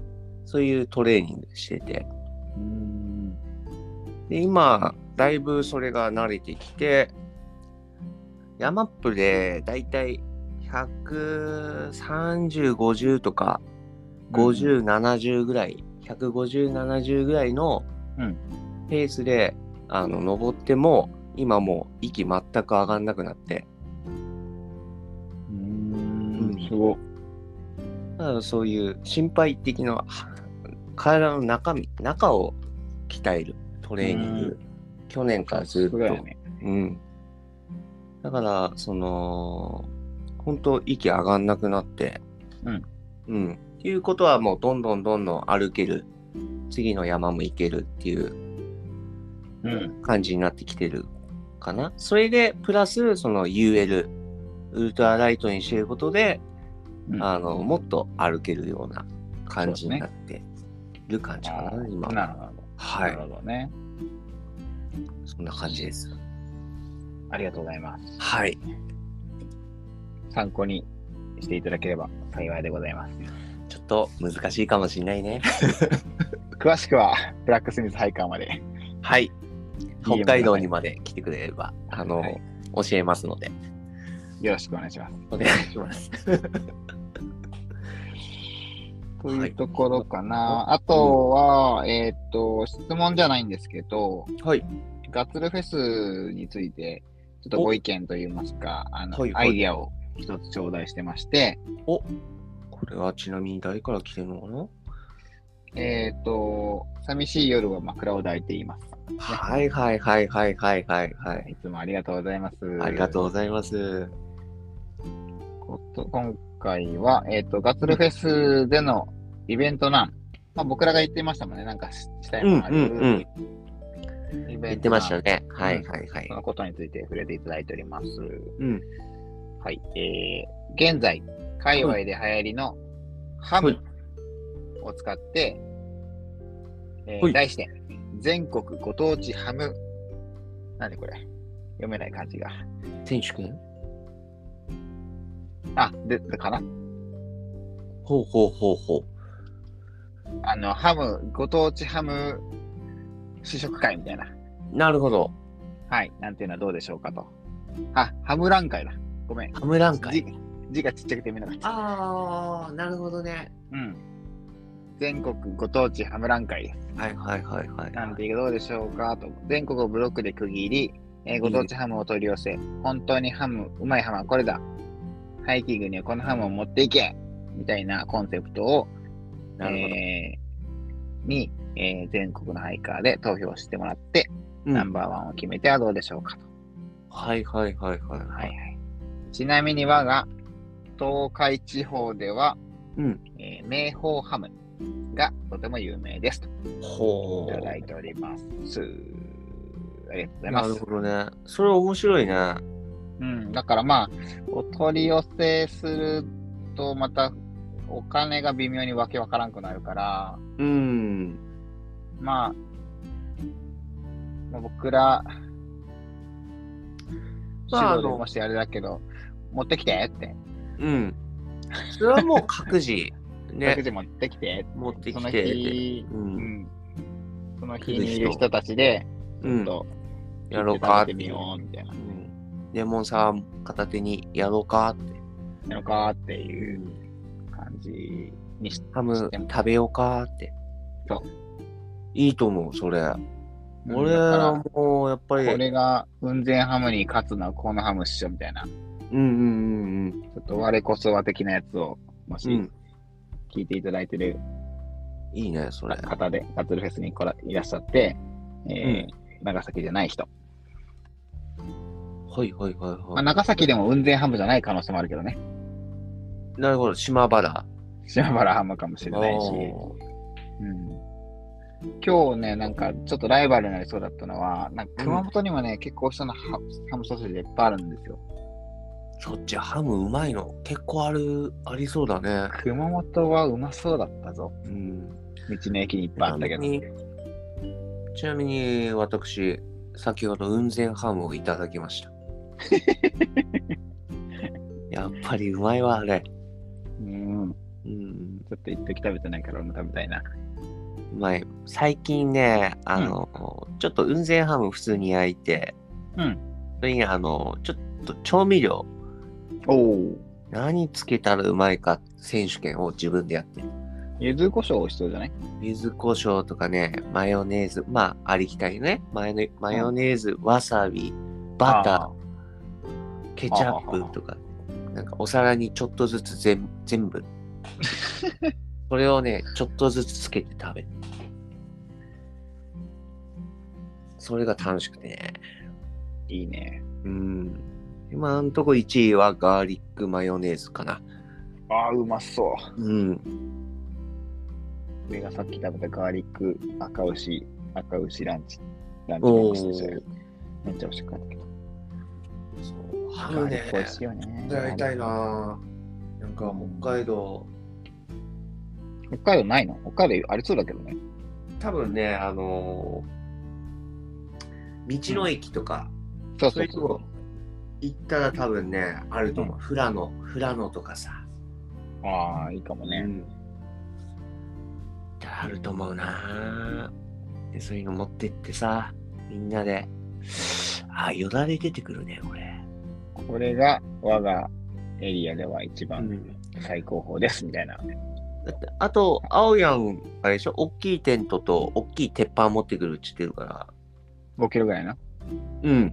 S2: そういうトレーニングしてて、
S1: うん
S2: で今だいぶそれが慣れてきてヤマップでだいたい13050とか5070ぐらい、15070ぐらいの
S1: うん
S2: ペースで、あの登っても今もう息全く上がんなくなって
S1: うんすごい。
S2: だからそういう心配的なは体の中身中を鍛えるトレーニング、
S1: うん
S2: 去年からず
S1: す
S2: っと
S1: ごいよね。
S2: うん。だから、その、本当息上がんなくなって、
S1: うん。
S2: うん。っていうことはもうどんどんどんどん歩ける。次の山も行けるっていう
S1: うん。
S2: 感じになってきてるかな。それで、プラス、その UL、ウルトラライトにしてることで、
S1: うん
S2: あの、もっと歩けるような感じになってる感じかな、今。
S1: なるほど。
S2: は
S1: ないる。ほどね。
S2: そんな感じです。
S1: ありがとうございます。
S2: はい。
S1: 参考にしていただければ幸いでございます。
S2: ちょっと難しいかもしれないね。
S1: 詳しくは、ブラックスミスハイカーまで。
S2: はい。
S1: DM
S2: 北海道にまで来てくれれば、あの、
S1: はい
S2: 教えますので、
S1: よろしくお願いします。
S2: お願いします。
S1: というところかな。あとは、えーっと、質問じゃないんですけど、
S2: はい。
S1: ガッツルフェスについて、ちょっとご意見といいますか、あの、
S2: はいは
S1: ア
S2: い
S1: イディアを一つ頂戴してまして、
S2: これはちなみに誰から来てるのかな
S1: えーっと、寂しい夜は枕を抱いています。
S2: はいはいはいはいはいはいはい。
S1: いつもありがとうございます。
S2: ありがとうございます。
S1: こと今回は、えっ、と、ガッツルフェスでのイベントなん、まあ、僕らが言ってましたもんね、なんかししたいものある、
S2: うんうん
S1: イベント
S2: 言ってました
S1: ね。
S2: ね。はいはいはい
S1: そ。のことについて触れていただいております。
S2: うん。
S1: はい。えー、現在、界隈で流行りのハ
S2: は
S1: ム
S2: い
S1: を使って、えー
S2: はい
S1: 題して、全国ご当地ハム、何これ読めない漢字が。
S2: 選手くん
S1: あ、で、かな
S2: ほうほうほうほう。
S1: あの、ハム、ご当地ハム試食会みたいな。
S2: なるほど。
S1: はい。なんていうのはどうでしょうかと。あ、ハムラン会だ。ごめん。
S2: ハムラン会。
S1: 字字がちっちゃくて見えなかった。
S2: ああ、なるほどね。
S1: うん。全国ご当地ハムラン会です。
S2: はいはいはいはい。
S1: なんていうかどうでしょうかと。全国をブロックで区切り、えーご当地ハムを取り寄せ、本当にハム、うまいハムはこれだ。ハイキングにはこのハムを持っていけみたいなコンセプトを、
S2: なるほど。
S1: えーに、えー全国のハイカーで投票してもらって、
S2: うん
S1: ナンバーワンを決めてはどうでしょうかと。
S2: はいはいはいは
S1: は
S2: い。
S1: いはい。ちなみに我が東海地方では、
S2: うん。
S1: えー名宝ハムがとても有名ですと
S2: ほ
S1: いただ
S2: う。
S1: いております。ありがとうございま
S2: なる
S1: す。
S2: ほどね。それ面白いね。
S1: うん、だからまあ、お取り寄せすると、またお金が微妙にわけわからんくなるから、
S2: うん。
S1: まあ、まあ僕ら、
S2: まあ
S1: 指導でましてあれだけど、持ってきてって、
S2: うん。それはもう各 自、
S1: 各
S2: ね、
S1: 自持ってきて、
S2: 持って
S1: そ
S2: き
S1: の
S2: てって。
S1: 日、
S2: う。
S1: うんん、その日にいる人たちで、ち
S2: う
S1: ょっ
S2: ん。
S1: と、
S2: やろうかっ
S1: 食べ
S2: て。
S1: てみよ
S2: う
S1: うみたいな。
S2: ん。レモンサワー片手にやろうかって。
S1: やろうかっていう感じにし
S2: ハム食べようかって。
S1: そう。
S2: いいと思う、それ。俺
S1: だから
S2: はもう、やっぱり。
S1: これが雲仙ハムに勝つのはこのハムっしょみたいな、ち
S2: うんうんうん
S1: ょっと我こそは的なやつを、もし
S2: うん。うん。
S1: 聞いていただいてる
S2: いいね、それ。
S1: 方で、バトルフェスに来らいらっしゃって、えー長崎じゃない人、
S2: はいはいはい
S1: ま
S2: は
S1: あ、
S2: い。
S1: 長崎でも雲仙ハムじゃない可能性もあるけどね、
S2: なるほど、島原。
S1: 島原ハムかもしれないし、
S2: お
S1: うん今日ね、なんかちょっとライバルになりそうだったのは、なんか熊本にもね、結構美味しそうなハハムソーセージがいっぱいあるんですよ。
S2: ーそっちハムうまいの結構あるありそうだね。
S1: 熊本はうまそうだったぞ。
S2: うん。
S1: 道の駅にいっぱいあったけど。
S2: ちなみにちなみに私先ほど雲仙ハムをいただき ました。やっぱりうまいわあれ。
S1: うん。
S2: うん。
S1: ちょっと一時食べてないから俺も食べたいな。
S2: うまい。最近ねあの、ちょっと雲仙ハム普通に焼いて、
S1: うん。
S2: それにあのちょっと調味料
S1: おお。
S2: 何つけたらうまいか選手権を自分でやってる
S1: 柚子胡椒美味しそうじゃない
S2: 柚子胡椒とかねマヨネーズまあありきたりねマヨネマヨネーズわさびバターケチャップとかなんかお皿にちょっとずつ全全 部それをねちょっとずつつけて食べるそれが楽しくてね
S1: ー。いいね。
S2: うん今んとこ1位はガーリックマヨネーズかな
S1: ああ、うまそう。
S2: うん
S1: 俺がさっき食べたガーリック赤牛、赤牛ランチ。ランチ
S2: お
S1: も
S2: お
S1: しててめっちゃ美味しかったけど。
S2: そう
S1: ガ
S2: ハム
S1: ーリ
S2: ね
S1: ック美味しいよね。
S2: やりたいなぁなんか北海道
S1: 北海道ないの北海道ありそうだけどね。
S2: 多分ねあのー道の駅とか、
S1: そう
S2: そ
S1: そうう
S2: いうと
S1: そ
S2: こ
S1: う。
S2: 行ったら多分ねあると思
S1: う
S2: う、富良野富良野とかさ、
S1: ああ、いいかも
S2: う
S1: ね。
S2: んあると思うなぁでそういうの持ってってさみんなであよだれ出てくるねこれ、
S1: これが我がエリアでは一
S2: う
S1: 番
S2: ん、
S1: 最高峰ですみたいな。
S2: だってあと、青やん、あれでしょ大きいテントと大きい鉄板持ってくるって言ってるから。
S1: 5キロぐらいな。
S2: うん。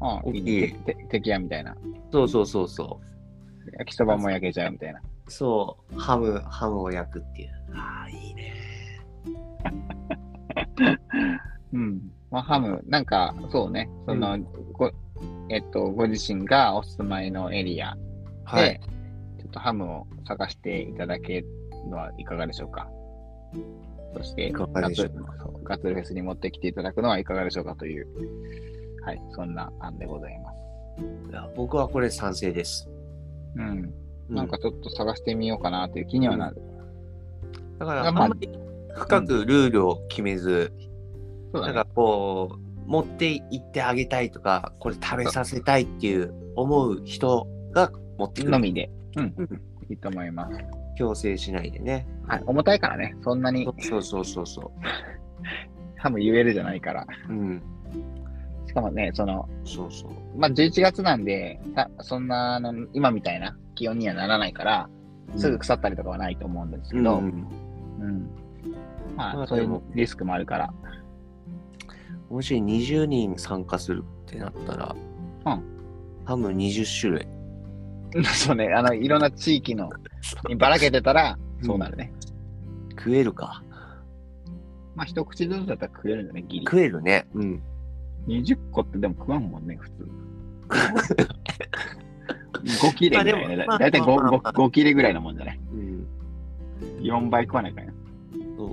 S1: ああ、
S2: 大き
S1: い
S2: い
S1: いね。てて敵やみたいな。
S2: そうそうそうそ
S1: 焼きそばも焼けちゃうみたいな。
S2: う。そう、ハム、ハムを焼くっていう。ああ、いいね。
S1: うん。まあ、ハム、なんか、そうね、その、
S2: う
S1: ご、えっと、ご自身がお住まいのエリアで、
S2: はい。
S1: ちょっとハムを探していただけるのはいかがでしょうか。そして、
S2: いかがでしょう
S1: ガツそうガツルフェスに持ってきていただくのはいかがでしょうかという、はい、そんな案でございます。
S2: いや僕はこれ賛成です。
S1: うん。
S2: う
S1: なんか、ちょっと探してみようかなという気にはなる。
S2: だから、あん
S1: まあ
S2: まり深くルールを決めず、
S1: そうだ
S2: なん
S1: ね。
S2: かこう、持って行ってあげたいとか、これ食べさせたいっていう思う人が持ってく
S1: の
S2: る。
S1: みで、うん
S2: うん、
S1: いいと思います。
S2: 強制しないでね。
S1: はい、重たいからね、そんなに
S2: そうそうそうそ
S1: ハム言えるじゃないから。
S2: う。うん。
S1: しかもね、その、
S2: そうそう。
S1: まあ、11月なんで、さそんなあの、今みたいな気温にはならないから、すぐ腐ったりとかはないと思うんですけど、
S2: う
S1: うん
S2: ん
S1: ま
S2: まあ
S1: あ、そうい
S2: で
S1: う
S2: も
S1: リスクもあるから、
S2: もし20人参加するってなったら、
S1: う
S2: ハム20種類。
S1: そうね、あの、いろんな地域の、にばらけてたら、そうなるね。
S2: 食えるか。
S1: まあ、一口ずつだったら食えるんだね、ギ
S2: 食えるね。うん。
S1: リ。20個ってでも食わんもんね、普通。 5切れぐらいね。
S2: まあでも
S1: だいたい
S2: まあまあまあ
S1: 5, 5切れぐらいのもんじゃない
S2: うん。
S1: ?4 倍食わないからね。
S2: そう。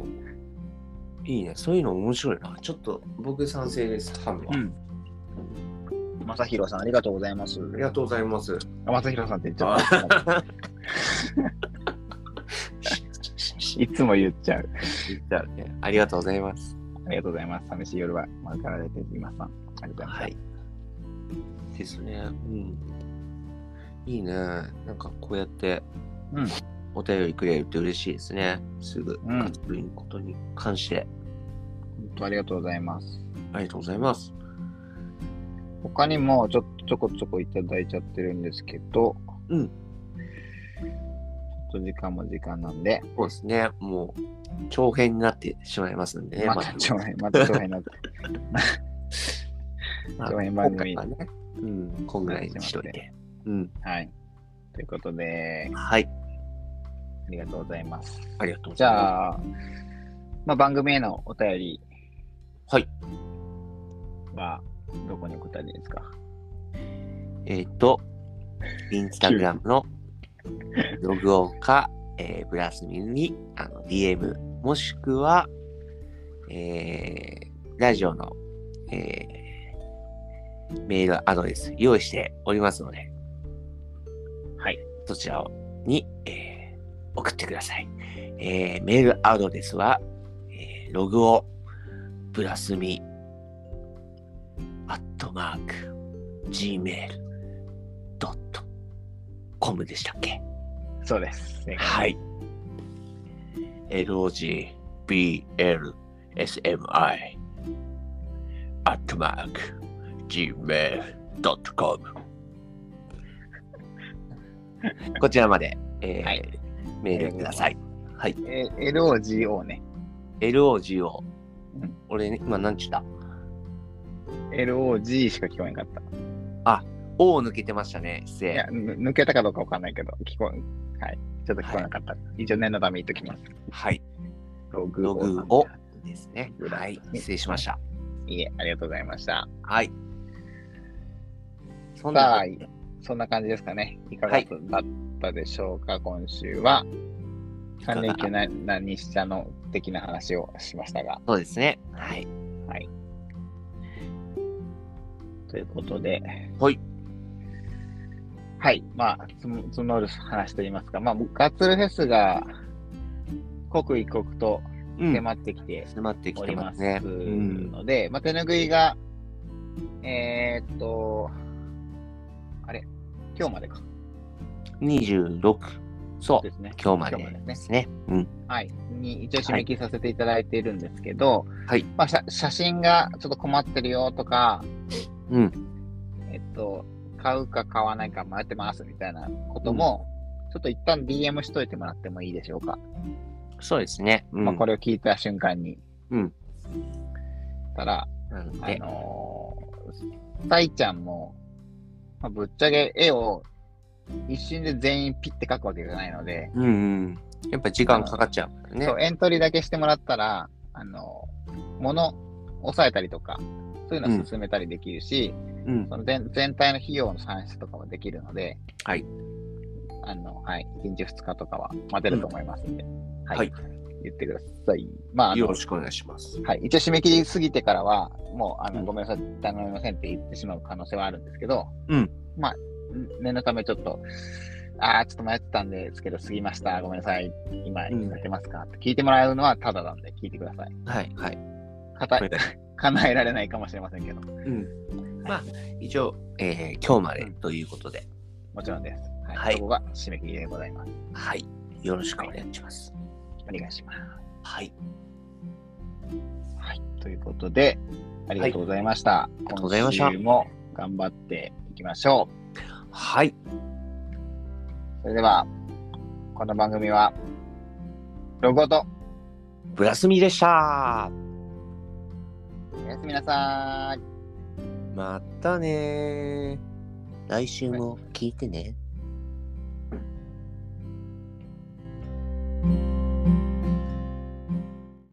S2: いいね。そういうの面白いな。ちょっと僕賛成です。ハムは。
S1: ん。まさひろさん、ありがとうございます。
S2: ありがとうございます。
S1: あまさひろさんって言っちゃった。 いつも言っちゃう。
S2: じゃあね、ありがとうございます。
S1: ありがとうございます。寂しい夜は、マルカラでて今さん。ありがとうございます。
S2: はい。ですね。うん。いいね。なんかこうやって、
S1: うん
S2: お便りくれるって嬉しいですね。すぐ、
S1: うん
S2: 活動のことに関して。
S1: 本当ありがとうございます。
S2: ありがとうございます。
S1: 他にもちょっとちょこちょこいただいちゃってるんですけど、
S2: うん
S1: ちょっと時間も時間なんで、
S2: そうですね。もう、長編になってしまいますんでね。
S1: また長編、また長編になって、
S2: まあ
S1: 長編番組
S2: 今回はね。うん。こんぐらいにしといて。うん。
S1: はい。ということで、
S2: はい。
S1: ありがとうございます。
S2: ありがとうご
S1: じ
S2: ざいます。
S1: ゃあ、まあ、番組へのお便り
S2: はい。
S1: はどこに送ったらいいですか
S2: えっ、と、インスタグラムのログオンか、えーブラスミンにあの DM、もしくは、えーラジオの、えーメールアドレス用意しておりますので、
S1: はい。
S2: そちらに、えー送ってください。えーメールアドレスは、えーログオブラスミアットマーク Gmail ドットコムでしたっけ
S1: そうです。正解
S2: はい。logblsmi アットマーク gmail.com こちらまで、えー
S1: はい
S2: メールください。はい。
S1: え LOGO ね。う
S2: LOGO
S1: ん。
S2: 俺、ね、今何ちゅった
S1: LOG しか聞こえなかった。
S2: ?O を抜けてましたね。失
S1: い
S2: 礼
S1: や、。ぬ抜けたかどうかわかんないけど、聞こえ、はい。ちょっと聞こえなかった。一応念のため言っときます。
S2: はい。
S1: ログ
S2: ロ
S1: を
S2: グをですね。
S1: グラ
S2: は
S1: ス
S2: い
S1: ね。
S2: 失礼しました。
S1: いえ、ありがとうございました。
S2: はい。そん
S1: さ
S2: な
S1: あ、そんな感じですかね。いかがだったでしょうか、今週は。
S2: かが
S1: 3連休な何しちゃの的な話をしましたが。
S2: そうですね。はい。
S1: ということで。
S2: はい。
S1: はい。まあ、つ募る話といいますか、まあ、ガッツルフェスが刻一刻と
S2: うん
S1: 迫ってきて
S2: 迫ってき
S1: お
S2: て
S1: り
S2: ま
S1: ますす
S2: ね。うん。
S1: ので、まあ、手ぬぐいが、えーっと、あれ今日までか。
S2: 26。そう。
S1: ですね。
S2: 今日まで
S1: 今日まで
S2: で
S1: です
S2: ね。うん。
S1: はい、に一応締め切りさせていただいているんですけど、
S2: はい
S1: まあ、写写真がちょっと困ってるよとか、
S2: うん。
S1: えっと、買うか買わないか迷ってますみたいなことも、ちょっと一旦 DM しといてもらってもいいでしょうか。
S2: そうですね。うん。
S1: まあ、これを聞いた瞬間に。
S2: うん。
S1: たら、
S2: なの
S1: あ
S2: で、
S1: のー、さいちゃんも、まあ、ぶっちゃけ絵を一瞬で全員ピッて描くわけじゃないので、
S2: うんうん。やっぱ時間かかっちゃうからね。
S1: そうエントリーだけしてもらったら、あの物押さえたりとか、そういうのを進めたりできるし、
S2: うん。
S1: その全全体の費用の算出とかもできるので、
S2: はい。
S1: あのはい、1日2日とかは待てると思いますんで、はい、
S2: はい
S1: 言ってください。まああ
S2: よ
S1: の
S2: ろしくお願いします。
S1: はい、一応締め切り過ぎてからは、もうあの、
S2: うん
S1: ごめんなさい、頼めませんって言ってしまう可能性はあるんですけど、
S2: うん
S1: まあ、念のためちょっと、ああ、ちょっと迷ってたんですけど、過ぎました、ごめんなさい、今、や
S2: うん
S1: ってますか、って聞いてもらうのはただなんで、聞いてください。
S2: はい。はい。
S1: かた
S2: お願いしま
S1: 叶えられないかもしれませんけど、
S2: うん。まあ、一応、えー今日までということで、
S1: もちろんです。はい、
S2: はい
S1: そこが締め切りでございます。
S2: はい。よろしくお願いします。
S1: お願いします。
S2: はい。
S1: はい、ということで、ありがとうございました。あり
S2: がとうございました
S1: 今週も頑張っていきましょう。
S2: はい。
S1: それでは、この番組は、ロゴと
S2: ブラスミでした。
S1: おやすみなさーい。
S2: またねー。来週も聞いてね。